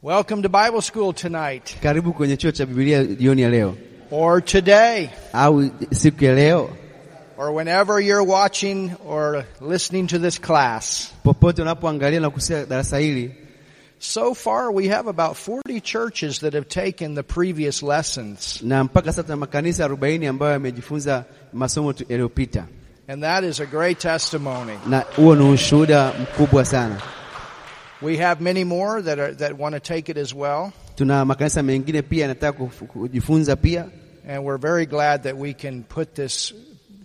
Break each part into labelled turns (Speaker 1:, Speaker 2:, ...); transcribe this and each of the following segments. Speaker 1: Welcome to Bible school tonight
Speaker 2: Karibu kwenye chuo cha Biblia jioni ya leo
Speaker 1: or today
Speaker 2: au siku ya leo,
Speaker 1: or whenever you're watching or listening to this class.
Speaker 2: popote unapoangalia na kusikia darasa hili.
Speaker 1: So far, we have about 40 churches that have taken the previous lessons,
Speaker 2: Na mpaka sasa tuna makanisa 40 ambayo yamejifunza masomo tu- yaliyopita,
Speaker 1: and that is a great testimony.
Speaker 2: na huo ni ushuhuda mkubwa sana.
Speaker 1: We have many more that, are, that want to take it as well,
Speaker 2: Tuna makanisa mengine pia yanataka kufu- kujifunza pia,
Speaker 1: and we're very glad that we can put this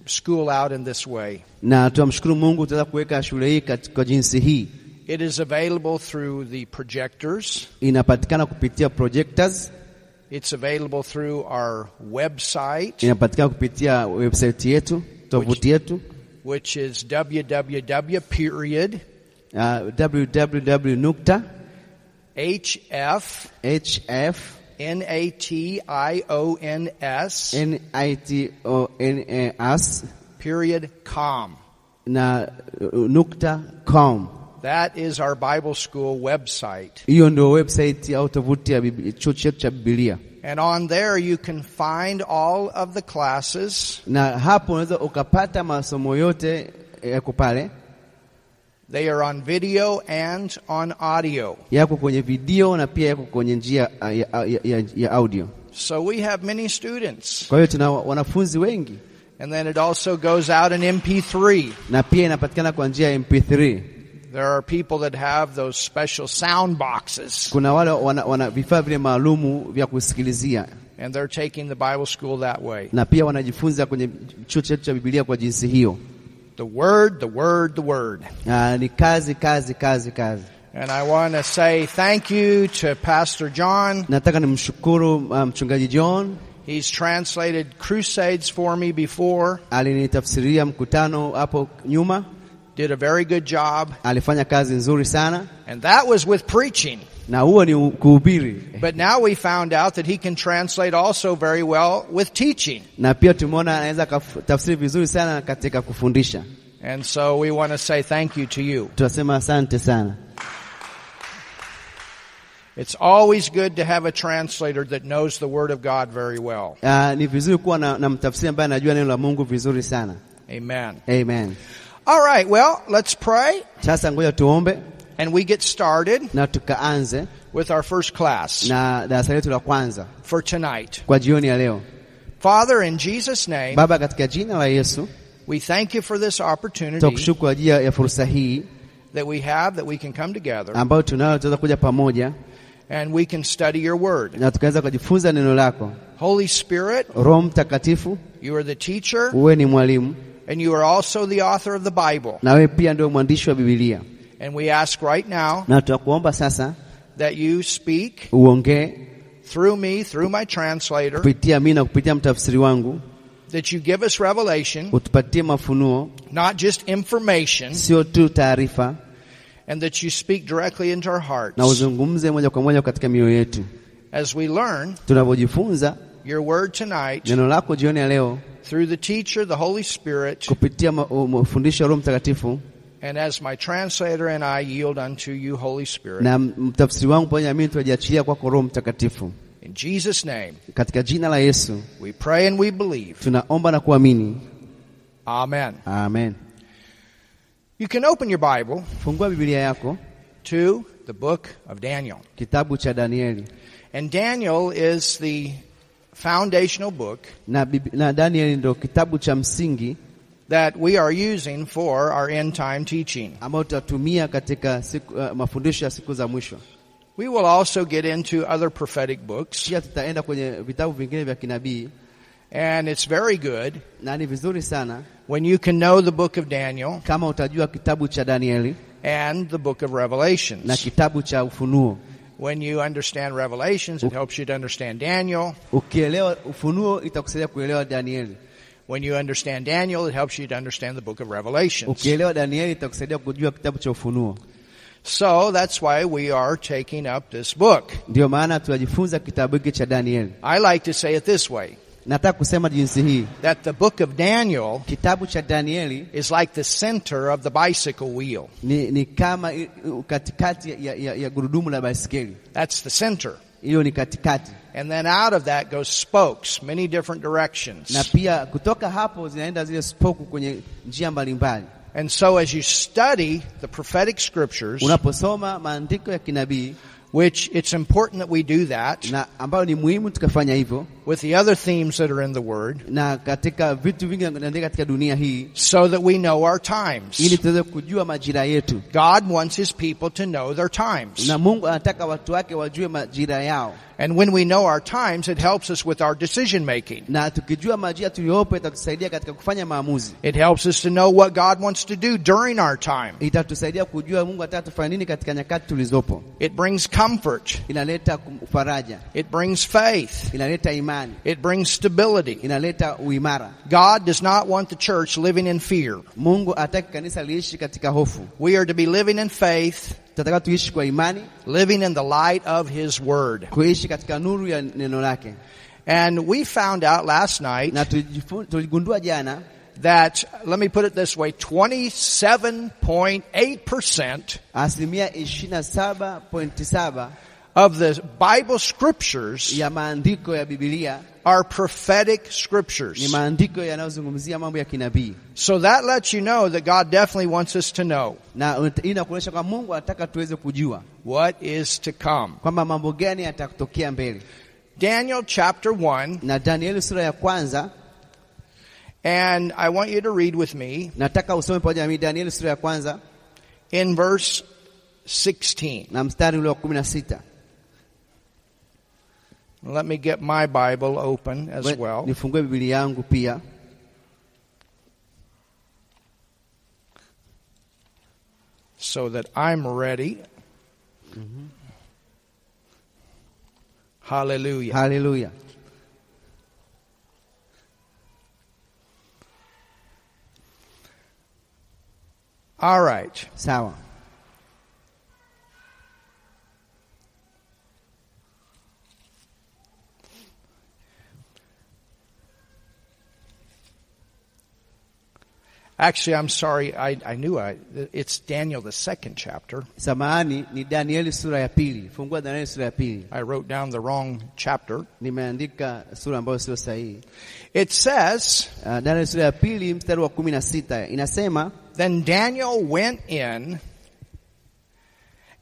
Speaker 1: school out in this way.
Speaker 2: na tunamshukuru Mungu tutaweza kuweka shule hii katika jinsi hii.
Speaker 1: It is available through the projectors.
Speaker 2: Inapatikana kupitia projectors,
Speaker 1: It's available through our website,
Speaker 2: inapatikana kupitia website yetu, tovuti yetu
Speaker 1: which is www period
Speaker 2: uh, www.hf
Speaker 1: HF N-A-T-I-O-N-S
Speaker 2: nitions
Speaker 1: period com.
Speaker 2: na uh, nukta com.
Speaker 1: That is our Bible school website.
Speaker 2: Hiyo ndio website au tovuti ya Biblia- chuo chetu cha Biblia,
Speaker 1: And on there you can find all of the classes.
Speaker 2: na hapo unaweza ukapata masomo yote eh, yako pale,
Speaker 1: They are on video and on audio.
Speaker 2: yako kwenye video na pia yako kwenye njia uh, ya, ya, ya, ya audio.
Speaker 1: So we have many students.
Speaker 2: Kwa hiyo tuna wa- wanafunzi wengi,
Speaker 1: And then it also goes out in MP3.
Speaker 2: na pia inapatikana kwa njia ya MP3.
Speaker 1: There are people that have those special sound boxes
Speaker 2: Kuna wale wana, wana vifaa vile maalumu vya kusikilizia,
Speaker 1: and they're taking the Bible school that way.
Speaker 2: na pia wanajifunza kwenye chuo chetu cha Biblia kwa jinsi hiyo.
Speaker 1: The word, the word, the word.
Speaker 2: Ah, ni kazi kazi kazi kazi.
Speaker 1: And I want to say thank you to Pastor John.
Speaker 2: Nataka nimshukuru ah, mchungaji John
Speaker 1: He's translated crusades for me before,
Speaker 2: alinitafsiria mkutano hapo nyuma,
Speaker 1: did a very good job,
Speaker 2: alifanya kazi nzuri sana,
Speaker 1: and that was with preaching.
Speaker 2: na huo ni u- kuhubiri,
Speaker 1: But now we found out that he can translate also very well with teaching.
Speaker 2: na pia tumeona anaweza kutafsiri vizuri sana katika kufundisha.
Speaker 1: And so we want to say thank you to you.
Speaker 2: Tunasema asante sana.
Speaker 1: It's always good to have a translator that knows the Word of God very well.
Speaker 2: Uh, ni vizuri kuwa na, na mtafsiri ambaye anajua neno la Mungu vizuri sana.
Speaker 1: Amen.
Speaker 2: Amen.
Speaker 1: All right, well, let's pray
Speaker 2: Sasa ngoja tuombe
Speaker 1: and we get started
Speaker 2: na tukaanze
Speaker 1: with our first class
Speaker 2: na darasa letu la kwanza
Speaker 1: for tonight.
Speaker 2: kwa jioni ya leo.
Speaker 1: Father, in Jesus' name,
Speaker 2: Baba, katika jina la Yesu
Speaker 1: we thank you for this opportunity
Speaker 2: tunakushukuru kwa ajili ya ya fursa hii
Speaker 1: that we have that we can come together
Speaker 2: ambayo tunayo tunaweza kuja pamoja
Speaker 1: and we can study your word.
Speaker 2: na tukaweza kujifunza neno lako.
Speaker 1: Holy Spirit,
Speaker 2: Roho Mtakatifu,
Speaker 1: you are the teacher
Speaker 2: wewe ni mwalimu
Speaker 1: and you are also the author of the Bible.
Speaker 2: na wewe pia ndio mwandishi wa Biblia,
Speaker 1: And we ask right now
Speaker 2: na tutakuomba sasa
Speaker 1: that you speak
Speaker 2: uongee
Speaker 1: through me, through my translator,
Speaker 2: kupitia mimi na kupitia mtafsiri wangu,
Speaker 1: that you give us revelation,
Speaker 2: utupatie mafunuo,
Speaker 1: not just information,
Speaker 2: sio tu taarifa,
Speaker 1: and that you speak directly into our
Speaker 2: na
Speaker 1: hearts.
Speaker 2: uzungumze moja kwa moja katika mioyo yetu.
Speaker 1: As we learn
Speaker 2: Tunavyojifunza
Speaker 1: your word tonight
Speaker 2: neno lako jioni ya leo
Speaker 1: through the teacher, the Holy Spirit,
Speaker 2: kupitia ma- mafundisho ya Roho Mtakatifu
Speaker 1: and as my translator and I yield unto you, Holy Spirit.
Speaker 2: na m- mtafsiri wangu pamoja na mimi, tunajiachilia kwako Roho Mtakatifu,
Speaker 1: In Jesus' name,
Speaker 2: katika jina la Yesu
Speaker 1: we pray and we believe.
Speaker 2: tunaomba na kuamini,
Speaker 1: Amen.
Speaker 2: amen.
Speaker 1: You can open your Bible
Speaker 2: Fungua Biblia yako
Speaker 1: to the book of Daniel.
Speaker 2: kitabu cha Danieli
Speaker 1: And Daniel is the foundational book
Speaker 2: na, Bib- na Danieli ndio kitabu cha msingi
Speaker 1: that we are using for our end time teaching.
Speaker 2: ambayo tutatumia katika siku, uh, mafundisho ya siku za mwisho.
Speaker 1: We will also get into other prophetic books,
Speaker 2: Pia tutaenda kwenye vitabu vingine vya kinabii,
Speaker 1: and it's very good
Speaker 2: na ni vizuri sana
Speaker 1: when you can know the book of Daniel
Speaker 2: kama utajua kitabu cha Danieli
Speaker 1: and the book of
Speaker 2: na
Speaker 1: Revelations.
Speaker 2: kitabu cha Ufunuo.
Speaker 1: When you understand Revelations, it helps you to understand Daniel.
Speaker 2: Ukielewa Ufunuo itakusaidia kuelewa Danieli.
Speaker 1: When you understand Daniel, it helps you to understand the book of Revelations.
Speaker 2: Ukielewa Danieli itakusaidia kujua kitabu cha Ufunuo.
Speaker 1: So that's why we are taking up this book.
Speaker 2: Ndiyo maana tunajifunza kitabu hiki cha Danieli.
Speaker 1: I like to say it this way
Speaker 2: Nataka kusema jinsi hii,
Speaker 1: that the book of Daniel
Speaker 2: kitabu cha Danieli
Speaker 1: is like the center of the bicycle wheel.
Speaker 2: ni, ni kama i- i- katikati ya, ya, ya gurudumu la baisikeli,
Speaker 1: That's the center.
Speaker 2: hiyo ni katikati,
Speaker 1: And then out of that goes spokes, many different
Speaker 2: na
Speaker 1: directions.
Speaker 2: pia kutoka hapo zinaenda zile spoku kwenye njia mbalimbali.
Speaker 1: And so as you study the prophetic scriptures,
Speaker 2: Unaposoma maandiko ya kinabii
Speaker 1: which it's important that we do that
Speaker 2: na ambayo ni muhimu tukafanya hivyo,
Speaker 1: with the other themes that are in the word
Speaker 2: na katika vitu vingi vinaendelea katika dunia hii,
Speaker 1: so that we know our
Speaker 2: ili
Speaker 1: times.
Speaker 2: tuweze kujua majira yetu,
Speaker 1: God wants his people to know their times.
Speaker 2: na Mungu anataka watu wake wajue majira yao,
Speaker 1: And when we know our times, it helps us with our decision making.
Speaker 2: na tukijua majira tuliyopo itatusaidia katika kufanya maamuzi,
Speaker 1: It helps us to know what God wants to do during our time.
Speaker 2: itatusaidia kujua Mungu anataka tufanye nini katika nyakati tulizopo.
Speaker 1: It brings comfort.
Speaker 2: Inaleta kum- faraja,
Speaker 1: It brings faith.
Speaker 2: inaleta imani,
Speaker 1: It brings stability.
Speaker 2: inaleta uimara.
Speaker 1: God does not want the church living in fear.
Speaker 2: Mungu hataki kanisa liishi katika hofu,
Speaker 1: We are to be living in faith,
Speaker 2: tunataka tuishi kwa imani,
Speaker 1: living in the light of His Word.
Speaker 2: kuishi katika nuru ya neno lake.
Speaker 1: And we found out last night
Speaker 2: Na tulijifu- tuligundua jana
Speaker 1: that, let me put it this way, 27.8%
Speaker 2: asilimia 27.7
Speaker 1: of the Bible scriptures
Speaker 2: ya maandiko ya Biblia
Speaker 1: are prophetic
Speaker 2: ni
Speaker 1: scriptures.
Speaker 2: maandiko yanayozungumzia mambo ya kinabii,
Speaker 1: So that lets you know that God definitely wants us to know
Speaker 2: na unat- hii inakuonyesha kwamba Mungu anataka tuweze kujua
Speaker 1: what is to come.
Speaker 2: kwamba mambo gani yatatokea mbele.
Speaker 1: Daniel chapter 1,
Speaker 2: Na Danieli sura ya kwanza,
Speaker 1: and I want you to read with me
Speaker 2: nataka usome pamoja nami Danieli sura ya kwanza
Speaker 1: in verse 16.
Speaker 2: na mstari ule wa 16.
Speaker 1: Let me get my Bible open as
Speaker 2: We-
Speaker 1: well.
Speaker 2: Nifungue Biblia yangu pia.
Speaker 1: so that I'm ready. Hallelujah.
Speaker 2: Haleluya.
Speaker 1: All right.
Speaker 2: Sawa.
Speaker 1: Actually, I'm sorry. I, I knew I, it's Daniel, the second chapter.
Speaker 2: Samahani, ni Danieli sura ya pili. Fungua Danieli sura ya pili.
Speaker 1: I wrote down the wrong chapter.
Speaker 2: Nimeandika sura ambayo sio sahihi.
Speaker 1: It says,
Speaker 2: Uh, Danieli sura ya pili mstari wa 16 inasema
Speaker 1: Then Daniel went in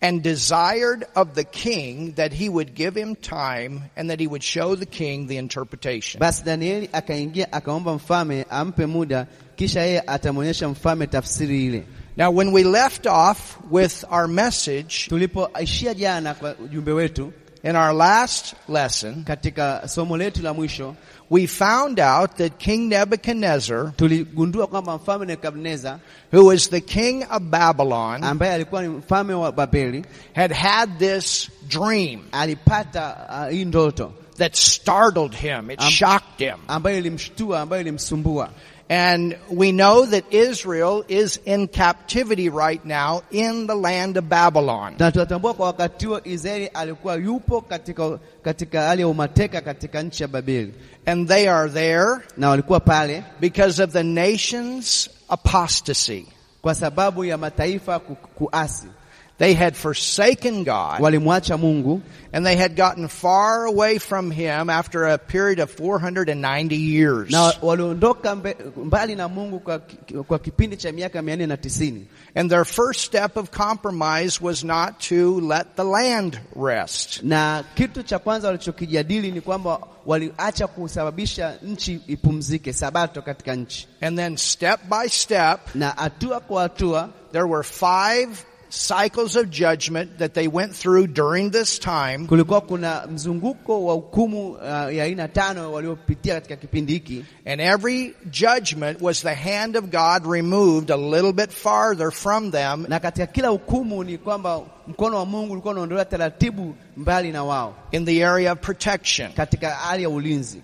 Speaker 1: and desired of the king that he would give him time and that he would show the king the interpretation.
Speaker 2: Basi Danieli akaingia akaomba mfalme ampe muda, kisha yeye atamwonyesha mfalme tafsiri ile.
Speaker 1: Now, when we left off with our message
Speaker 2: Tulipoishia jana kwa ujumbe wetu
Speaker 1: in our last lesson,
Speaker 2: katika somo letu la mwisho,
Speaker 1: we found out that King Nebuchadnezzar,
Speaker 2: tuligundua kwamba mfalme Nebukadneza
Speaker 1: who was the king of Babylon,
Speaker 2: ambaye alikuwa ni mfalme wa Babeli
Speaker 1: had had this dream
Speaker 2: alipata uh, hii ndoto
Speaker 1: that startled him. It
Speaker 2: Um,
Speaker 1: shocked him.
Speaker 2: ambayo ilimshtua, ambayo ilimsumbua,
Speaker 1: And we know that Israel is in captivity right now in the land of Babylon.
Speaker 2: na tunatambua kwa wakati huo Israeli alikuwa yupo katika katika hali ya umateka katika nchi ya Babeli,
Speaker 1: And they are there
Speaker 2: na walikuwa pale
Speaker 1: because of the nation's apostasy.
Speaker 2: kwa sababu ya mataifa ku- kuasi,
Speaker 1: They had forsaken God
Speaker 2: walimwacha Mungu
Speaker 1: and they had gotten far away from Him after a period of 490 years.
Speaker 2: na waliondoka mbe, mbali na Mungu kwa, ki- kwa kipindi cha miaka mia nne na tisini
Speaker 1: And their first step of compromise was not to let the land rest.
Speaker 2: na kitu cha kwanza walichokijadili ni kwamba waliacha kusababisha nchi ipumzike, sabato katika nchi.
Speaker 1: And then step by step,
Speaker 2: Na hatua kwa hatua
Speaker 1: there were five cycles of judgment that they went through during this time
Speaker 2: kulikuwa kuna mzunguko wa hukumu uh, ya aina tano waliopitia katika kipindi hiki,
Speaker 1: and every judgment was the hand of God removed a little bit farther from them
Speaker 2: na katika kila hukumu ni kwamba mkono wa Mungu ulikuwa unaondolewa taratibu mbali na wao
Speaker 1: in the area of protection.
Speaker 2: katika hali ya ulinzi.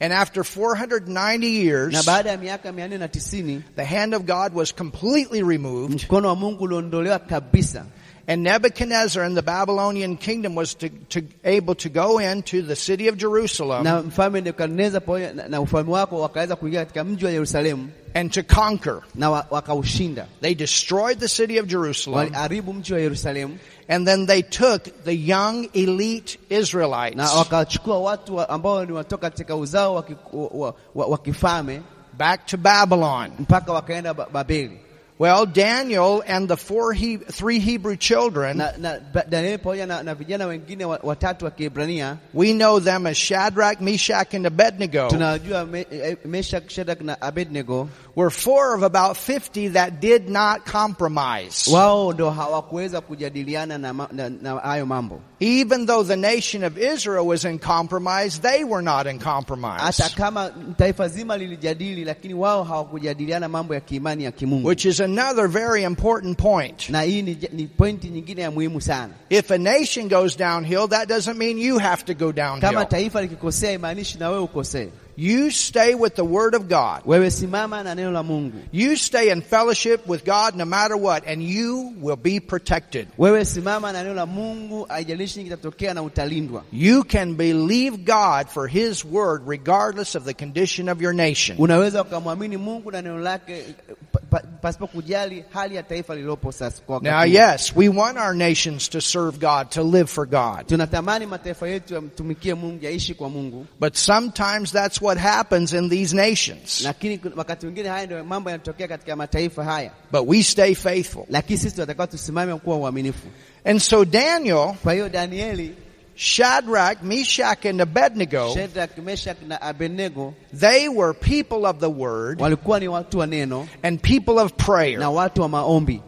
Speaker 1: And after 490 years,
Speaker 2: Na baada ya miaka mia nne na tisini
Speaker 1: the hand of God was completely removed
Speaker 2: mkono wa Mungu uliondolewa kabisa,
Speaker 1: And Nebuchadnezzar and the Babylonian kingdom was to, to, able to go into the city of Jerusalem
Speaker 2: na mfalme Nebukadneza pamoja na, na ufalme wako wakaweza kuingia katika mji wa Yerusalemu
Speaker 1: and to conquer.
Speaker 2: na wa- wakaushinda.
Speaker 1: They destroyed the city of Jerusalem
Speaker 2: Waliharibu mji wa Yerusalemu
Speaker 1: and then they took the young elite
Speaker 2: na
Speaker 1: Israelites
Speaker 2: wakachukua watu wa, ambao ni watoka katika uzao wa, ki- wa, wa, wa kifalme
Speaker 1: back to Babylon.
Speaker 2: mpaka wakaenda ba Babeli
Speaker 1: Well, Daniel and the four he, three Hebrew children,
Speaker 2: na, na ba- Danieli pamoja na, na vijana wengine wa- watatu wa Kiebrania
Speaker 1: we know them as Shadrach, Meshach, and Abednego,
Speaker 2: tunajua me, eh, Meshak, Shadrach na Abednego
Speaker 1: were four of about 50 that did not compromise.
Speaker 2: wao ndo hawakuweza kujadiliana na, ma- na, na hayo mambo
Speaker 1: Even though the nation of Israel was in compromise, they were not in
Speaker 2: hata
Speaker 1: compromise.
Speaker 2: kama taifa zima lilijadili, lakini wao hawakujadiliana mambo ya kiimani ya kimungu.
Speaker 1: Which is another very important point.
Speaker 2: Na hii ni, ni pointi nyingine ya muhimu sana.
Speaker 1: If a nation goes downhill, that doesn't mean you have to go
Speaker 2: Kama
Speaker 1: downhill.
Speaker 2: taifa likikosea, imaanishi na wewe ukosee.
Speaker 1: You stay with the Word of God.
Speaker 2: Wewe simama na neno la Mungu,
Speaker 1: You stay in fellowship with God no matter what, and you will be protected.
Speaker 2: wewe simama na neno la Mungu, haijalishi nini kitatokea, na utalindwa.
Speaker 1: You can believe God for His Word regardless of the condition of your nation.
Speaker 2: Unaweza ukamwamini Mungu na neno lake eh, pa, pa, pasipo kujali hali ya taifa lililopo sasa. Kwa wakati
Speaker 1: Now,
Speaker 2: huu.
Speaker 1: yes, we want our nations to serve God, to live for God.
Speaker 2: tunatamani mataifa yetu yamtumikie Mungu, yaishi kwa Mungu,
Speaker 1: But sometimes that's what happens in these nations.
Speaker 2: lakini kuna- wakati mwingine haya ndio mambo yanatokea katika mataifa haya.
Speaker 1: But we stay faithful.
Speaker 2: lakini sisi tunatakiwa tusimame kuwa uaminifu.
Speaker 1: And so Daniel,
Speaker 2: Kwa hiyo Danieli,
Speaker 1: Shadrach, Meshach, and Abednego,
Speaker 2: Shadrach, Meshach na Abednego
Speaker 1: they were people of the Word
Speaker 2: walikuwa ni watu wa neno
Speaker 1: and people of
Speaker 2: na
Speaker 1: prayer.
Speaker 2: watu wa maombi,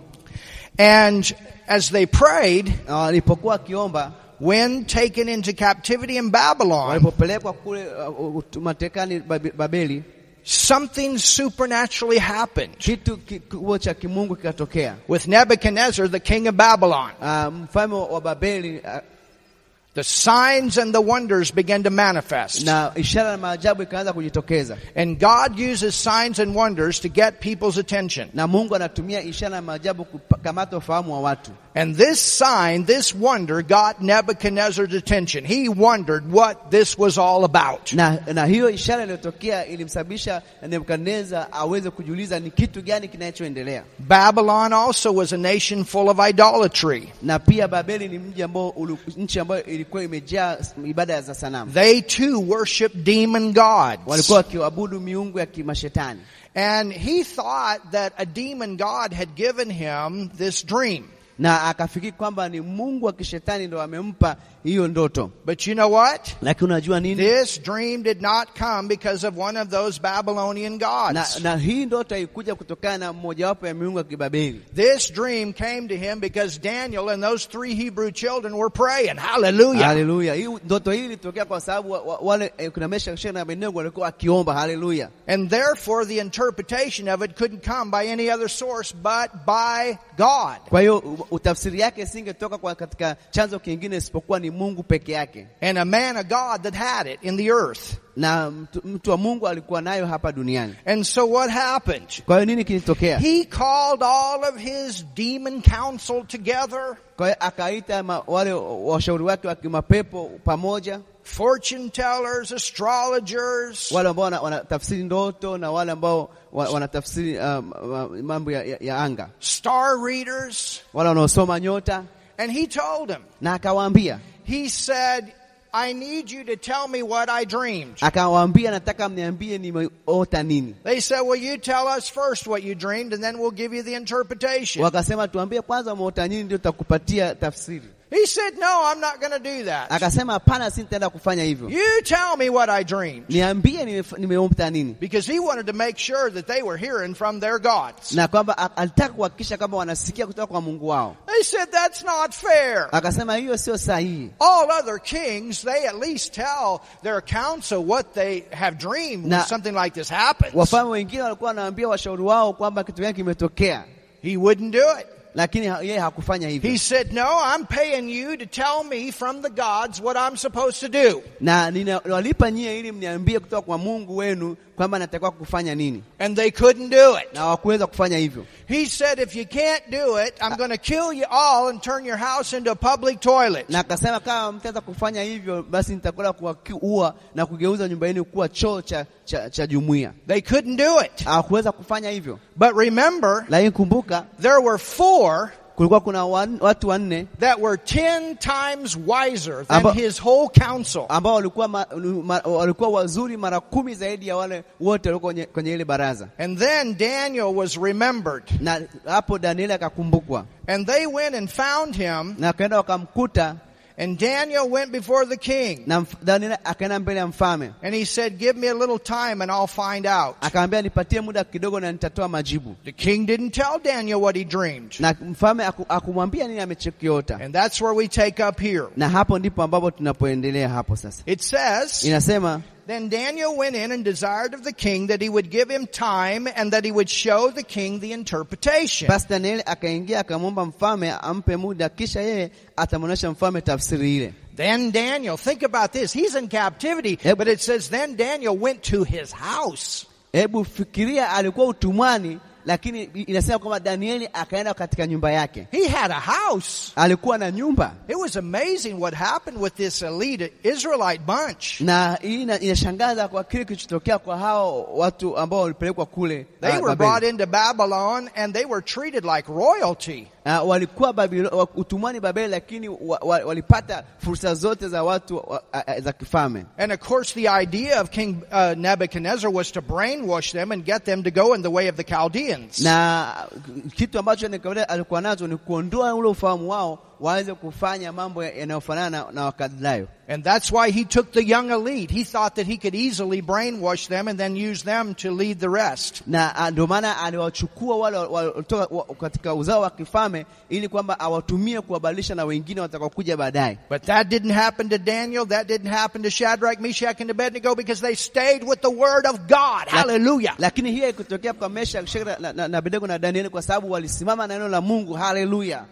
Speaker 1: And as they prayed,
Speaker 2: na walipokuwa wakiomba,
Speaker 1: when taken into captivity in Babylon,
Speaker 2: walipopelekwa kule uh, uh, matekani Babi- Babeli,
Speaker 1: something supernaturally happened.
Speaker 2: kitu kikubwa cha kimungu kikatokea.
Speaker 1: with Nebuchadnezzar, the king of Babylon.
Speaker 2: Uh, mfalme wa Babeli uh,
Speaker 1: The signs and the wonders began to manifest.
Speaker 2: na ishara na maajabu ikaanza kujitokeza,
Speaker 1: And God uses signs and wonders to get people's attention.
Speaker 2: na Mungu anatumia ishara na maajabu kukamata ufahamu wa watu.
Speaker 1: And this sign, this wonder, got Nebuchadnezzar's attention. He wondered what this was all about.
Speaker 2: na, na hiyo ishara iliyotokea ilimsababisha Nebukadneza aweze kujiuliza ni kitu gani kinachoendelea.
Speaker 1: Babylon also was a nation full of idolatry.
Speaker 2: Na pia Babeli ni mji ambao uli- nchi ambayo ilikuwa imejaa ibada za sanamu,
Speaker 1: They too worshiped demon gods.
Speaker 2: walikuwa wakiabudu miungu ya kimashetani,
Speaker 1: And he thought that a demon god had given him this dream.
Speaker 2: na akafikiri kwamba ni mungu wa kishetani ndo amempa hiyo ndoto.
Speaker 1: But you know what?
Speaker 2: Lakini unajua nini?
Speaker 1: This dream did not come because of one of those Babylonian
Speaker 2: Na,
Speaker 1: gods.
Speaker 2: na hii ndoto haikuja kutokana na mmojawapo ya miungu ya kibabeli.
Speaker 1: This dream came to him because Daniel and those three Hebrew children were praying. Hallelujah.
Speaker 2: Haleluya! Hii ndoto hii ilitokea kwa sababu wa- wa- wale eh, kuna Meshaki, Shadraka na Abednego walikuwa wakiomba. Haleluya!
Speaker 1: And therefore the interpretation of it couldn't come by any other source but by God.
Speaker 2: Kwa hiyo u- utafsiri yake isingetoka kwa katika chanzo kingine isipokuwa ni Mungu peke yake,
Speaker 1: And a man of God that had it in the earth.
Speaker 2: na mtu, mtu wa Mungu alikuwa nayo hapa duniani.
Speaker 1: And so what happened?
Speaker 2: Kwa hiyo nini kilitokea?
Speaker 1: He called all of his demon counsel together,
Speaker 2: Kwa hiyo akaita ma, wale washauri wake wa kimapepo pamoja,
Speaker 1: fortune tellers, astrologers,
Speaker 2: wale ambao wana- wanatafsiri ndoto na wale ambao wa- wanatafsiri um, um, mambo ya, ya, ya anga,
Speaker 1: star readers,
Speaker 2: wale wanaosoma nyota,
Speaker 1: and he told them,
Speaker 2: na akawaambia
Speaker 1: He said, I need you to tell me what I dreamed.
Speaker 2: akawaambia, nataka mniambie nimeota nini.
Speaker 1: They said, Well, you tell us first what you dreamed, and then we'll give you the interpretation.
Speaker 2: Wakasema, tuambie kwanza umeota nini, ndio tutakupatia tafsiri.
Speaker 1: He said, No, I'm not going to do that.
Speaker 2: Akasema, hapana, si nitaenda kufanya hivyo.
Speaker 1: You tell me what I dreamed.
Speaker 2: niambie nimef- nimeomba nini,
Speaker 1: Because he wanted to make sure that they were hearing from their gods.
Speaker 2: na kwamba a- alitaka kuhakikisha kwamba wanasikia kutoka kwa Mungu wao.
Speaker 1: They said, That's not fair.
Speaker 2: Akasema hiyo sio sahihi,
Speaker 1: All other kings, they at least tell their council what they have dreamed when
Speaker 2: Now-
Speaker 1: something like this happens.
Speaker 2: wafalme wengine walikuwa wanawaambia washauri wao kwamba kitu gani kimetokea,
Speaker 1: He wouldn't do it.
Speaker 2: lakini ha- yeye hakufanya hivyo
Speaker 1: He said, No, I'm paying you to tell me from the gods what I'm supposed to do.
Speaker 2: na ninawalipa nyie ili mniambie kutoka kwa Mungu wenu kwamba natakiwa kufanya nini,
Speaker 1: And they couldn't do it.
Speaker 2: na hawakuweza kufanya hivyo.
Speaker 1: He said, If you can't do it, I'm going to kill you all and turn your house into a public toilet.
Speaker 2: Na akasema kama mtaweza kufanya hivyo, basi nitakwenda kuwaua na kugeuza nyumba yenu kuwa choo cha, cha, cha jumuiya.
Speaker 1: They couldn't do it.
Speaker 2: Hawakuweza kufanya hivyo,
Speaker 1: But remember,
Speaker 2: lakini kumbuka
Speaker 1: there were four
Speaker 2: kulikuwa kuna wan, watu wanne
Speaker 1: that were ten times wiser than
Speaker 2: Abo-
Speaker 1: his whole council.
Speaker 2: ambao walikuwa, ma, ma, walikuwa wazuri mara kumi zaidi ya wale wote walikuwa kwenye, kwenye ile baraza.
Speaker 1: And then Daniel was remembered.
Speaker 2: Na hapo Danieli akakumbukwa,
Speaker 1: And they went and found him.
Speaker 2: na akaenda wakamkuta,
Speaker 1: And Daniel went before the king.
Speaker 2: na mf- Danieli akaenda mbele ya mfalme
Speaker 1: And he said, Give me a little time and I'll find out.
Speaker 2: akamwambia nipatie muda kidogo na nitatoa majibu.
Speaker 1: The king didn't tell Daniel what he dreamed.
Speaker 2: Na mfalme aku- akumwambia nini amechokiota,
Speaker 1: And that's where we take up here.
Speaker 2: na hapo ndipo ambapo tunapoendelea hapo sasa.
Speaker 1: It says,
Speaker 2: Inasema
Speaker 1: Then Daniel went in and desired of the king that he would give him time and that he would show the king the interpretation.
Speaker 2: basi Danieli akaingia akamwomba mfalme ampe muda, kisha yeye atamwonyesha mfalme tafsiri ile.
Speaker 1: Then Daniel, think about this. He's in captivity,
Speaker 2: Yep.
Speaker 1: but it says, Then Daniel went to his house.
Speaker 2: Hebu fikiria, alikuwa utumwani, lakini inasema kwamba Danieli akaenda katika nyumba yake,
Speaker 1: He had a house.
Speaker 2: alikuwa na nyumba
Speaker 1: It was amazing what happened with this elite Israelite bunch.
Speaker 2: na hii ina- inashangaza kwa kile kilichotokea kwa hao watu ambao walipelekwa kule
Speaker 1: They were
Speaker 2: ah, Babeli.
Speaker 1: brought into Babylon and they were treated like royalty.
Speaker 2: Ah, walikuwa Babilo, wa- utumwani Babeli, lakini wa, wa, walipata fursa zote za watu wa, a, a, za kifalme.
Speaker 1: And of course, the idea of King uh, Nebuchadnezzar was to brainwash them and get them to go in the way of the Chaldeans.
Speaker 2: Na kitu ambacho Nebukadneza alikuwa nacho ni kuondoa ule ufahamu wao waanze kufanya mambo yanayofanana na, na Wakadilayo.
Speaker 1: And that's why he took the young elite. He thought that he could easily brainwash them and then use them to lead the rest.
Speaker 2: na ah, ndio maana aliwachukua wale wa- waliotoka wa- katika uzao wa kifalme ili kwamba awatumie kuwabadilisha na wengine watakaokuja baadaye.
Speaker 1: But that didn't happen to Daniel. That didn't happen to Shadrach, Meshach, and Abednego because they stayed with the word of God. Hallelujah.
Speaker 2: Lakini hii haikutokea kwa Meshaki, Shadraka na, na, na Abednego na Danieli kwa sababu walisimama na neno la Mungu. Haleluya!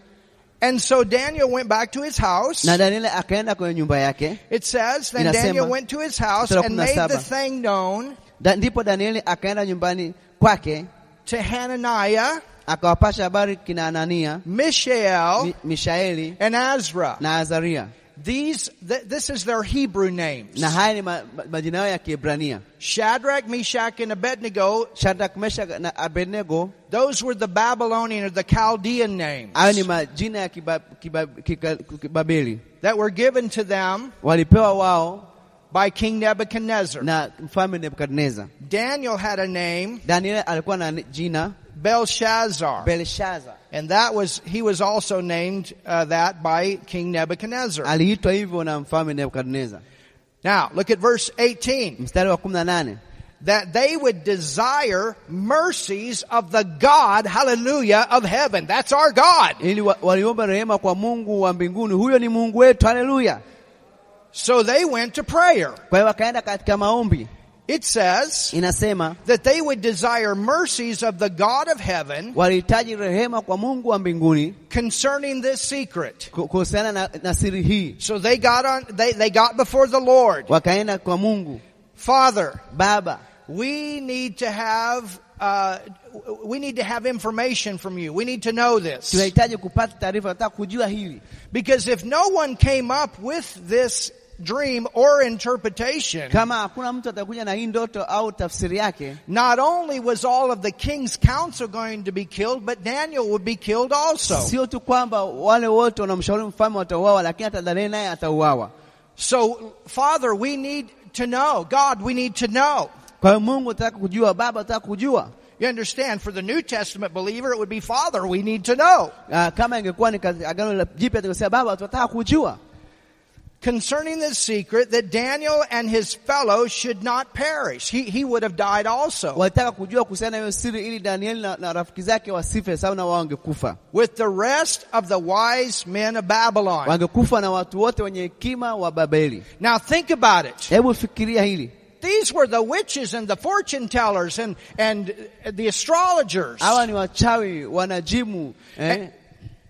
Speaker 1: And so Daniel went back to his house.
Speaker 2: Na Danieli akaenda kwenye nyumba yake.
Speaker 1: It says, then
Speaker 2: Inasema,
Speaker 1: Daniel went to his house
Speaker 2: sura ya
Speaker 1: and
Speaker 2: kumi na
Speaker 1: made the
Speaker 2: saba.
Speaker 1: thing known
Speaker 2: Da, ndipo Danieli akaenda nyumbani kwake
Speaker 1: to Hananiah,
Speaker 2: akawapasha habari kina Anania,
Speaker 1: Mishael,
Speaker 2: Mi, Mishaeli
Speaker 1: and Azra.
Speaker 2: na Azaria,
Speaker 1: These, th- this is their Hebrew names.
Speaker 2: na haya ni ma, ma, majina yao ya Kiebrania.
Speaker 1: Shadrach, Meshach, and Abednego
Speaker 2: Shadraka, Meshaki na Abednego
Speaker 1: Those were the Babylonian or the Chaldean names
Speaker 2: hayo ni majina ya kiba, kiba, kika, kibabeli
Speaker 1: that were given to them
Speaker 2: walipewa wao
Speaker 1: by King Nebuchadnezzar.
Speaker 2: na mfalme Nebukadneza.
Speaker 1: Daniel had a name,
Speaker 2: Daniel alikuwa na jina
Speaker 1: Belshazzar,
Speaker 2: Belshaza,
Speaker 1: and that was he was also named uh, that by King Nebuchadnezzar.
Speaker 2: aliitwa hivyo na mfalme Nebukadneza.
Speaker 1: now, look at verse 18.
Speaker 2: Mstari wa 18
Speaker 1: That they would desire mercies of the God, hallelujah, of heaven. That's our God.
Speaker 2: ili wa, waliomba rehema kwa Mungu wa mbinguni, huyo ni Mungu wetu, haleluya.
Speaker 1: So they went to prayer.
Speaker 2: Kwa hiyo wakaenda katika maombi,
Speaker 1: It says
Speaker 2: inasema
Speaker 1: that they would desire mercies of the God of heaven
Speaker 2: walihitaji rehema kwa Mungu wa mbinguni
Speaker 1: concerning this secret.
Speaker 2: ku- kuhusiana na, na siri hii.
Speaker 1: So they got on they, they got before the Lord.
Speaker 2: Wakaenda kwa Mungu
Speaker 1: Father,
Speaker 2: Baba,
Speaker 1: we need to have uh, we need to have information from you. We need to know this.
Speaker 2: tunahitaji kupata taarifa, nataka kujua hili
Speaker 1: Because if no one came up with this dream or interpretation,
Speaker 2: kama hakuna mtu atakuja na hii ndoto au tafsiri yake,
Speaker 1: not only was all of the king's council going to be killed, but Daniel would be killed also.
Speaker 2: sio tu kwamba wale wote wanamshauri mfalme watauawa, lakini hata Danieli naye atauawa.
Speaker 1: So Father, we need to know. God, we need to know.
Speaker 2: Kwa hiyo Mungu ataka kujua, Baba ataka kujua.
Speaker 1: You understand, for the New Testament believer, it would be Father, we need to know.
Speaker 2: Ah, kama ingekuwa ni kazi- agano la jipya, tungesema Baba, tunataka kujua
Speaker 1: concerning this secret that Daniel and his fellows should not perish. He, he would have died also.
Speaker 2: walitaka kujua kuhusiana na hiyo siri, ili Danieli na, na rafiki zake wasife, sababu na wao wangekufa,
Speaker 1: With the rest of the wise men of Babylon.
Speaker 2: wangekufa na watu wote wenye hekima wa Babeli.
Speaker 1: Now think about it.
Speaker 2: Hebu fikiria hili,
Speaker 1: These were the witches and the fortune tellers and, and the astrologers.
Speaker 2: hawa ni wachawi, wanajimu
Speaker 1: And,
Speaker 2: eh?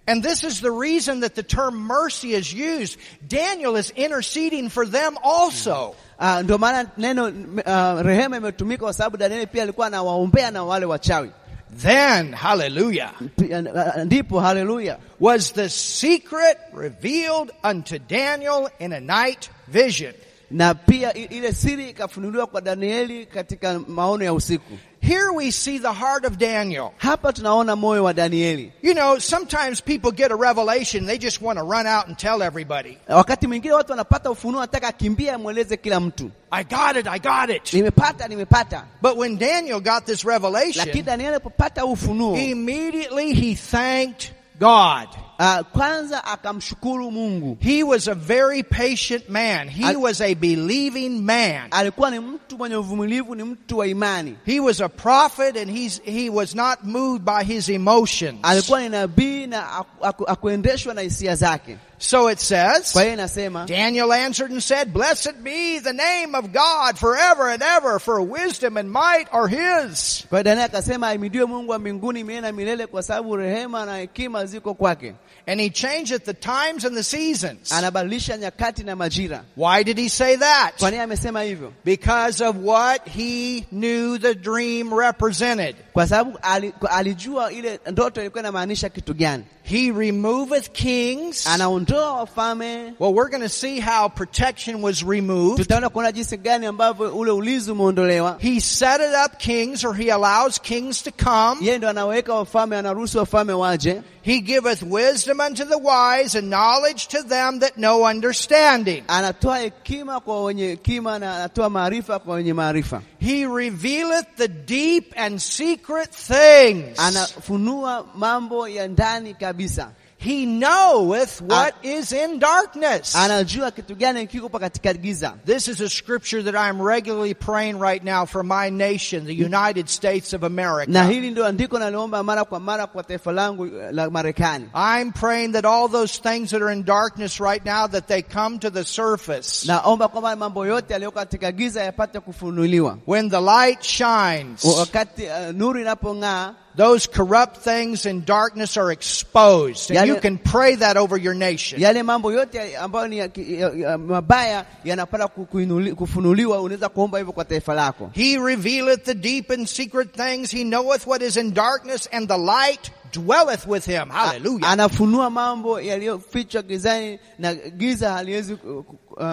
Speaker 1: And this is the reason that the term mercy is used. Daniel is interceding for them also.
Speaker 2: Ah, ndio maana neno uh, rehema imetumika kwa sababu Danieli pia alikuwa anawaombea na wale wachawi.
Speaker 1: Then, hallelujah,
Speaker 2: Pia- ah, Ndipo haleluya,
Speaker 1: was the secret revealed unto Daniel in a night vision.
Speaker 2: na pia i- ile siri ikafunuliwa kwa Danieli katika maono ya usiku.
Speaker 1: Here we see the heart of Daniel.
Speaker 2: Hapa tunaona moyo wa Danieli.
Speaker 1: You know, sometimes people get a revelation, they just want to run out and tell everybody,
Speaker 2: Wakati mwingine watu wanapata ufunuo, anataka akimbia amweleze kila mtu,
Speaker 1: I got it, I got it.
Speaker 2: nimepata nimepata.
Speaker 1: But when Daniel got this
Speaker 2: Lakini
Speaker 1: revelation,
Speaker 2: Danieli alipopata huu ufunuo
Speaker 1: immediately he thanked God.
Speaker 2: ah, kwanza akamshukuru Mungu.
Speaker 1: He was a very patient man. He
Speaker 2: I-
Speaker 1: was a believing man.
Speaker 2: Alikuwa ni mtu mwenye uvumilivu, ni mtu wa imani.
Speaker 1: He was a prophet and he's, he was not moved by his emotions.
Speaker 2: alikuwa ni nabii na aku- aku- akuendeshwa na hisia zake.
Speaker 1: So it says,
Speaker 2: Kwa hiyo inasema
Speaker 1: Daniel answered and said, Blessed be the name of God forever and ever, for wisdom and might are his.
Speaker 2: kwa hiyo Danieli akasema ahimidiwe Mungu wa mbinguni milele na milele, kwa sababu rehema na hekima ziko kwake.
Speaker 1: And he changeth the times and the seasons.
Speaker 2: Anabadilisha nyakati na majira.
Speaker 1: Why did he say that?
Speaker 2: Kwa nini amesema hivyo?
Speaker 1: Because of what he knew the dream represented.
Speaker 2: Kwa sababu ali, kwa- alijua ile ndoto ilikuwa inamaanisha kitu gani.
Speaker 1: He removeth kings.
Speaker 2: Anaondoa wafalme.
Speaker 1: Well, we're going to see how protection was removed.
Speaker 2: Tutaona kuona jinsi gani ambavyo ule ulinzi umeondolewa.
Speaker 1: He set it up kings, or he allows kings to come.
Speaker 2: Yeye ndo anaweka wafalme, anaruhusu wafalme waje.
Speaker 1: He giveth wisdom unto the wise and knowledge to them that know understanding.
Speaker 2: Anatoa hekima kwa wenye hekima na anatoa maarifa kwa wenye maarifa.
Speaker 1: He revealeth the deep and secret things.
Speaker 2: anafunua mambo ya ndani kabisa,
Speaker 1: He knoweth what is in darkness.
Speaker 2: anajua kitu gani kiko pa katika giza.
Speaker 1: This is a scripture that I'm regularly praying right now for my nation, the United States of
Speaker 2: Na
Speaker 1: America.
Speaker 2: hili ndio andiko naliomba mara kwa mara kwa taifa langu eh, la Marekani,
Speaker 1: I'm praying that all those things that are in darkness right now that they come to the surface.
Speaker 2: naomba kwamba mambo yote yaliyo katika giza yapate kufunuliwa.
Speaker 1: When the light shines,
Speaker 2: Wa- Wakati uh, nuru inapong'aa,
Speaker 1: those corrupt things in darkness are exposed. And
Speaker 2: Yale-
Speaker 1: you can pray that over your nation.
Speaker 2: yale mambo yote ambayo ni ya, ki- ya, ya, mabaya yanapata ku- kuinuli- kufunuliwa. Unaweza kuomba hivyo kwa taifa lako.
Speaker 1: He revealeth the deep and secret things. He knoweth what is in darkness, and the light dwelleth with him. Hallelujah.
Speaker 2: Anafunua mambo yaliyofichwa gizani na giza haliwezi ku- ku-